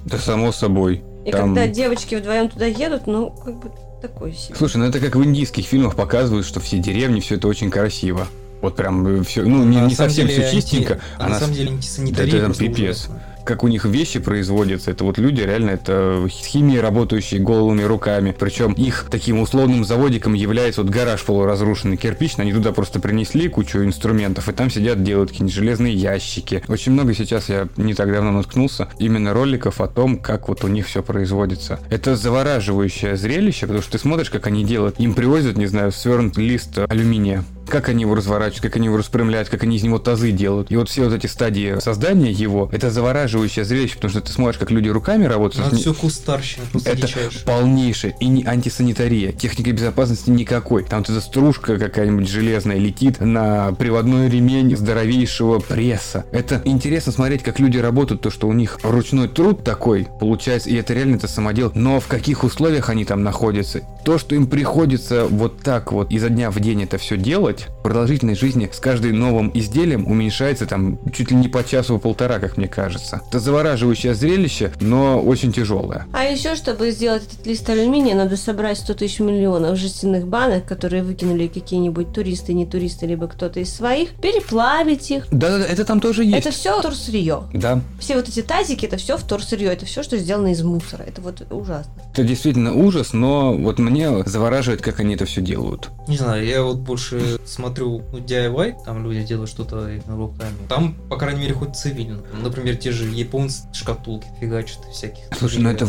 [SPEAKER 1] Да само собой.
[SPEAKER 3] И
[SPEAKER 1] Там-
[SPEAKER 3] когда девочки вдвоем туда едут, ну, как бы такое себе.
[SPEAKER 1] Слушай, ну это как в индийских фильмах показывают, что все деревни, все это очень красиво. Вот прям все, ну не,
[SPEAKER 2] На
[SPEAKER 1] не
[SPEAKER 2] самом
[SPEAKER 1] совсем
[SPEAKER 2] деле,
[SPEAKER 1] все
[SPEAKER 2] анти-
[SPEAKER 1] чистенько,
[SPEAKER 2] а на самом деле антисанитария
[SPEAKER 1] Да это там
[SPEAKER 2] просто
[SPEAKER 1] пипец.
[SPEAKER 2] ужасная.
[SPEAKER 1] как у них вещи производятся, это вот люди реально, это с химией работающие голыми руками, причем их таким условным заводиком является вот гараж полуразрушенный кирпичный, они туда просто принесли кучу инструментов, и там сидят, делают какие-нибудь железные ящики. Очень много сейчас, я не так давно наткнулся, именно роликов о том, как вот у них все производится. Это завораживающее зрелище, потому что ты смотришь, как они делают, им привозят, не знаю, свернут лист алюминия, как они его разворачивают, как они его распрямляют, как они из него тазы делают. И вот все вот эти стадии создания его, это завораживающее зрелище, потому что ты смотришь, как люди руками работают.
[SPEAKER 2] Надо
[SPEAKER 1] Они-
[SPEAKER 2] все кустарщина, просто
[SPEAKER 1] это
[SPEAKER 2] дичайше.
[SPEAKER 1] полнейшая и не антисанитария. Техники безопасности никакой. Там вот эта стружка какая-нибудь железная летит на приводной ремень здоровейшего пресса. Это интересно смотреть, как люди работают, то, что у них ручной труд такой получается, и это реально это самодел. Но в каких условиях они там находятся? То, что им приходится вот так вот изо дня в день это все делать, продолжительность жизни с каждым новым изделием уменьшается там чуть ли не по часу-полтора, как мне кажется. Это завораживающее зрелище, но очень тяжелое.
[SPEAKER 3] А еще, чтобы сделать этот лист алюминия, надо собрать 100 тысяч миллионов жестяных банок, которые выкинули какие-нибудь туристы, не туристы, либо кто-то из своих, переплавить их.
[SPEAKER 1] Да, да, это там тоже
[SPEAKER 3] Это все вторсырье.
[SPEAKER 1] Да.
[SPEAKER 3] Все вот эти тазики, это все вторсырье, это все, что сделано из мусора. Это вот ужасно.
[SPEAKER 1] Это действительно ужас, но вот мне завораживает, как они это все делают.
[SPEAKER 2] Не знаю, я вот больше смотрю ну, DIY, там люди делают что-то именно руками. Там, по крайней мере, хоть цивильно. Например, те же японцы шкатулки фигачат и всяких.
[SPEAKER 1] Слушай, ну
[SPEAKER 2] деревьев.
[SPEAKER 1] это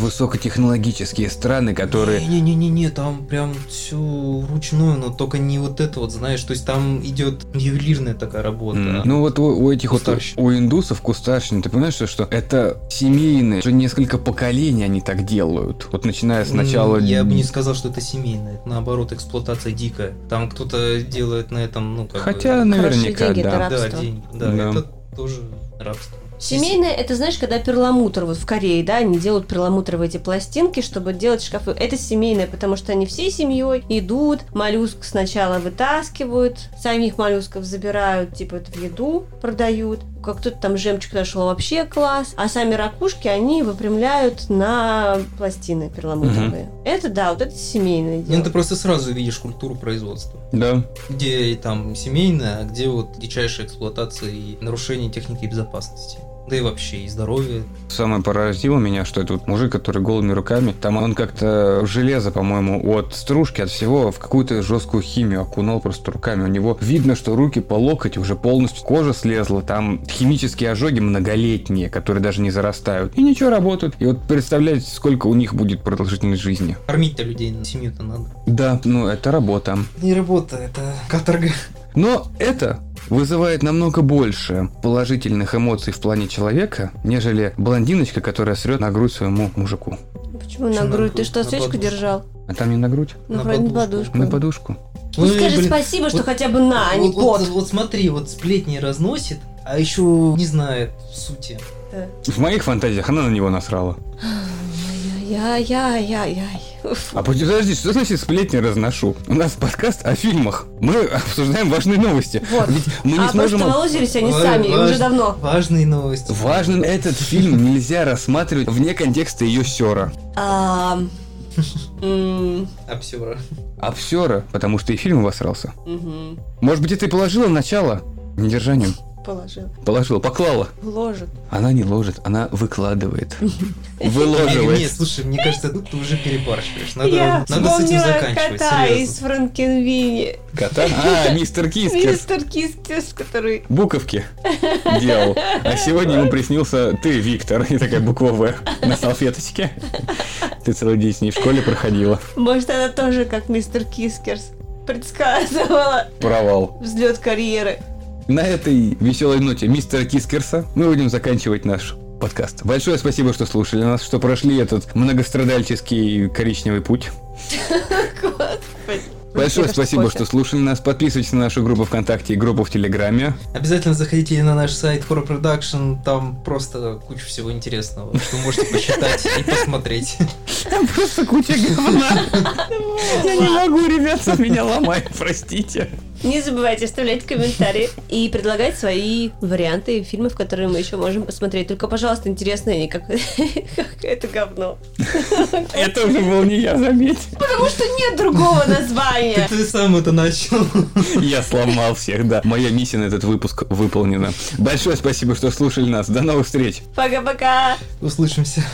[SPEAKER 1] высокотехнологические страны, которые...
[SPEAKER 2] Не-не-не-не, там прям все ручное, но только не вот это вот, знаешь, то есть там идет ювелирная такая работа. а
[SPEAKER 1] М, Ну вот у, у этих вот
[SPEAKER 2] Кустарщина.
[SPEAKER 1] у индусов кустарщина, ты понимаешь, что, что это семейные, уже несколько поколений они так делают. Вот начиная
[SPEAKER 2] М,
[SPEAKER 1] сначала...
[SPEAKER 2] Я бы не сказал, что это семейное. Это, Наоборот, эксплуатация дикая. Там кто-то делает на этом, ну, как
[SPEAKER 1] Хотя
[SPEAKER 2] бы...
[SPEAKER 1] наверняка,
[SPEAKER 3] деньги, это
[SPEAKER 1] да.
[SPEAKER 3] раб-
[SPEAKER 2] Да,
[SPEAKER 3] рабство.
[SPEAKER 2] деньги. Да,
[SPEAKER 1] Да.
[SPEAKER 2] это тоже рабство.
[SPEAKER 3] Семейное, это знаешь, когда перламутр, вот в Корее, да, они делают перламутровые эти пластинки, чтобы делать шкафы. Это семейное, потому что они всей семьей идут, моллюск сначала вытаскивают, самих моллюсков забирают, типа, это в еду продают. Как кто-то там жемчуг нашел вообще класс. А сами ракушки, они выпрямляют на пластины перламутровые. Это, да, вот это семейное дело.
[SPEAKER 2] Ну, ты просто сразу видишь культуру производства.
[SPEAKER 1] Да.
[SPEAKER 2] Где и там семейная, а где вот дичайшая эксплуатация и нарушение техники безопасности. Да и вообще, и здоровье.
[SPEAKER 1] Самое поразило меня, что это вот мужик, который голыми руками, там он как-то железо, по-моему, от стружки, от всего в какую-то жесткую химию окунал просто руками. У него видно, что руки по локоть уже полностью кожа слезла, там химические ожоги многолетние, которые даже не зарастают. И ничего, работают. И вот представляете, сколько у них будет продолжительность жизни.
[SPEAKER 2] Кормить-то людей, семью-то надо.
[SPEAKER 1] Да, ну это работа.
[SPEAKER 2] Не работа, это каторга.
[SPEAKER 1] Но это вызывает намного больше положительных эмоций в плане человека, нежели блондиночка, которая срет на грудь своему мужику.
[SPEAKER 3] Почему на
[SPEAKER 2] Почему на
[SPEAKER 3] грудь? Ты
[SPEAKER 2] грудь?
[SPEAKER 3] что,
[SPEAKER 2] На
[SPEAKER 3] свечку
[SPEAKER 2] подушку.
[SPEAKER 3] держал?
[SPEAKER 1] А там не на грудь?
[SPEAKER 3] Ну,
[SPEAKER 2] На
[SPEAKER 3] вроде на
[SPEAKER 2] подушку.
[SPEAKER 3] подушку.
[SPEAKER 1] На подушку.
[SPEAKER 3] Ну,
[SPEAKER 2] Ой,
[SPEAKER 3] скажи
[SPEAKER 2] блин.
[SPEAKER 3] спасибо, что
[SPEAKER 2] Вот-
[SPEAKER 3] хотя бы на, а не
[SPEAKER 2] вот, вот-
[SPEAKER 3] под.
[SPEAKER 2] вот смотри, вот сплетни разносит, а еще не знает сути.
[SPEAKER 1] В моих фантазиях она на него насрала.
[SPEAKER 3] Ай-яй-яй-яй-яй.
[SPEAKER 1] А подожди, что значит сплетни разношу? У нас подкаст о фильмах. Мы обсуждаем важные новости.
[SPEAKER 3] Вот.
[SPEAKER 1] Ведь мы не
[SPEAKER 3] а
[SPEAKER 1] сможем...
[SPEAKER 3] просто молозились они
[SPEAKER 2] Ва-
[SPEAKER 3] сами
[SPEAKER 2] важ-
[SPEAKER 3] уже давно.
[SPEAKER 2] Важные новости.
[SPEAKER 1] Важным этот фильм нельзя рассматривать вне контекста ее сера.
[SPEAKER 3] Ам. М,
[SPEAKER 2] Обсера.
[SPEAKER 1] Обсера, потому что и фильм обосрался.
[SPEAKER 3] мгм.
[SPEAKER 1] Может быть, это и положила начало? Недержанием.
[SPEAKER 3] Положил.
[SPEAKER 1] Положила, поклала.
[SPEAKER 3] Ложит.
[SPEAKER 1] Она не ложит, она выкладывает.
[SPEAKER 2] Не, не,
[SPEAKER 1] Выложивает.
[SPEAKER 2] слушай, мне кажется, тут ты уже перебарщиваешь. Надо,
[SPEAKER 3] Я
[SPEAKER 2] надо с этим
[SPEAKER 3] вспомнила
[SPEAKER 2] заканчивать,
[SPEAKER 3] кота из
[SPEAKER 2] серьезно.
[SPEAKER 3] Франкенвини.
[SPEAKER 1] Кота? А, мистер Кискис.
[SPEAKER 3] Мистер Кистис, который...
[SPEAKER 1] Буковки делал. А сегодня ему приснился ты, Виктор. И такая буква В на салфеточке. Ты целый день с ней в школе проходила.
[SPEAKER 3] Может, она тоже, как мистер Кискерс, предсказывала
[SPEAKER 1] Провал.
[SPEAKER 3] взлет карьеры.
[SPEAKER 1] На этой веселой ноте мистера Кискерса мы будем заканчивать наш подкаст. Большое спасибо, что слушали нас, что прошли этот многострадальческий коричневый путь.
[SPEAKER 3] Господи.
[SPEAKER 1] Большое
[SPEAKER 3] Мне кажется,
[SPEAKER 1] спасибо,
[SPEAKER 3] кофе.
[SPEAKER 1] что слушали нас. Подписывайтесь на нашу группу ВКонтакте и группу в Телеграме.
[SPEAKER 2] Обязательно заходите на наш сайт Horror Production, там просто куча всего интересного, что можете посчитать и посмотреть.
[SPEAKER 1] Там просто куча говна. Я не могу, ребята, меня ломает, простите.
[SPEAKER 3] Не забывайте оставлять комментарии и предлагать свои варианты фильмов, которые мы еще можем посмотреть. Только, пожалуйста, интересные, не как как это говно.
[SPEAKER 1] Это уже был не я, заметь.
[SPEAKER 3] Потому что нет другого названия.
[SPEAKER 2] Ты сам это начал.
[SPEAKER 1] Я сломал всех, да. Моя миссия на этот выпуск выполнена. Большое спасибо, что слушали нас. До новых встреч.
[SPEAKER 3] Пока-пока.
[SPEAKER 2] Услышимся.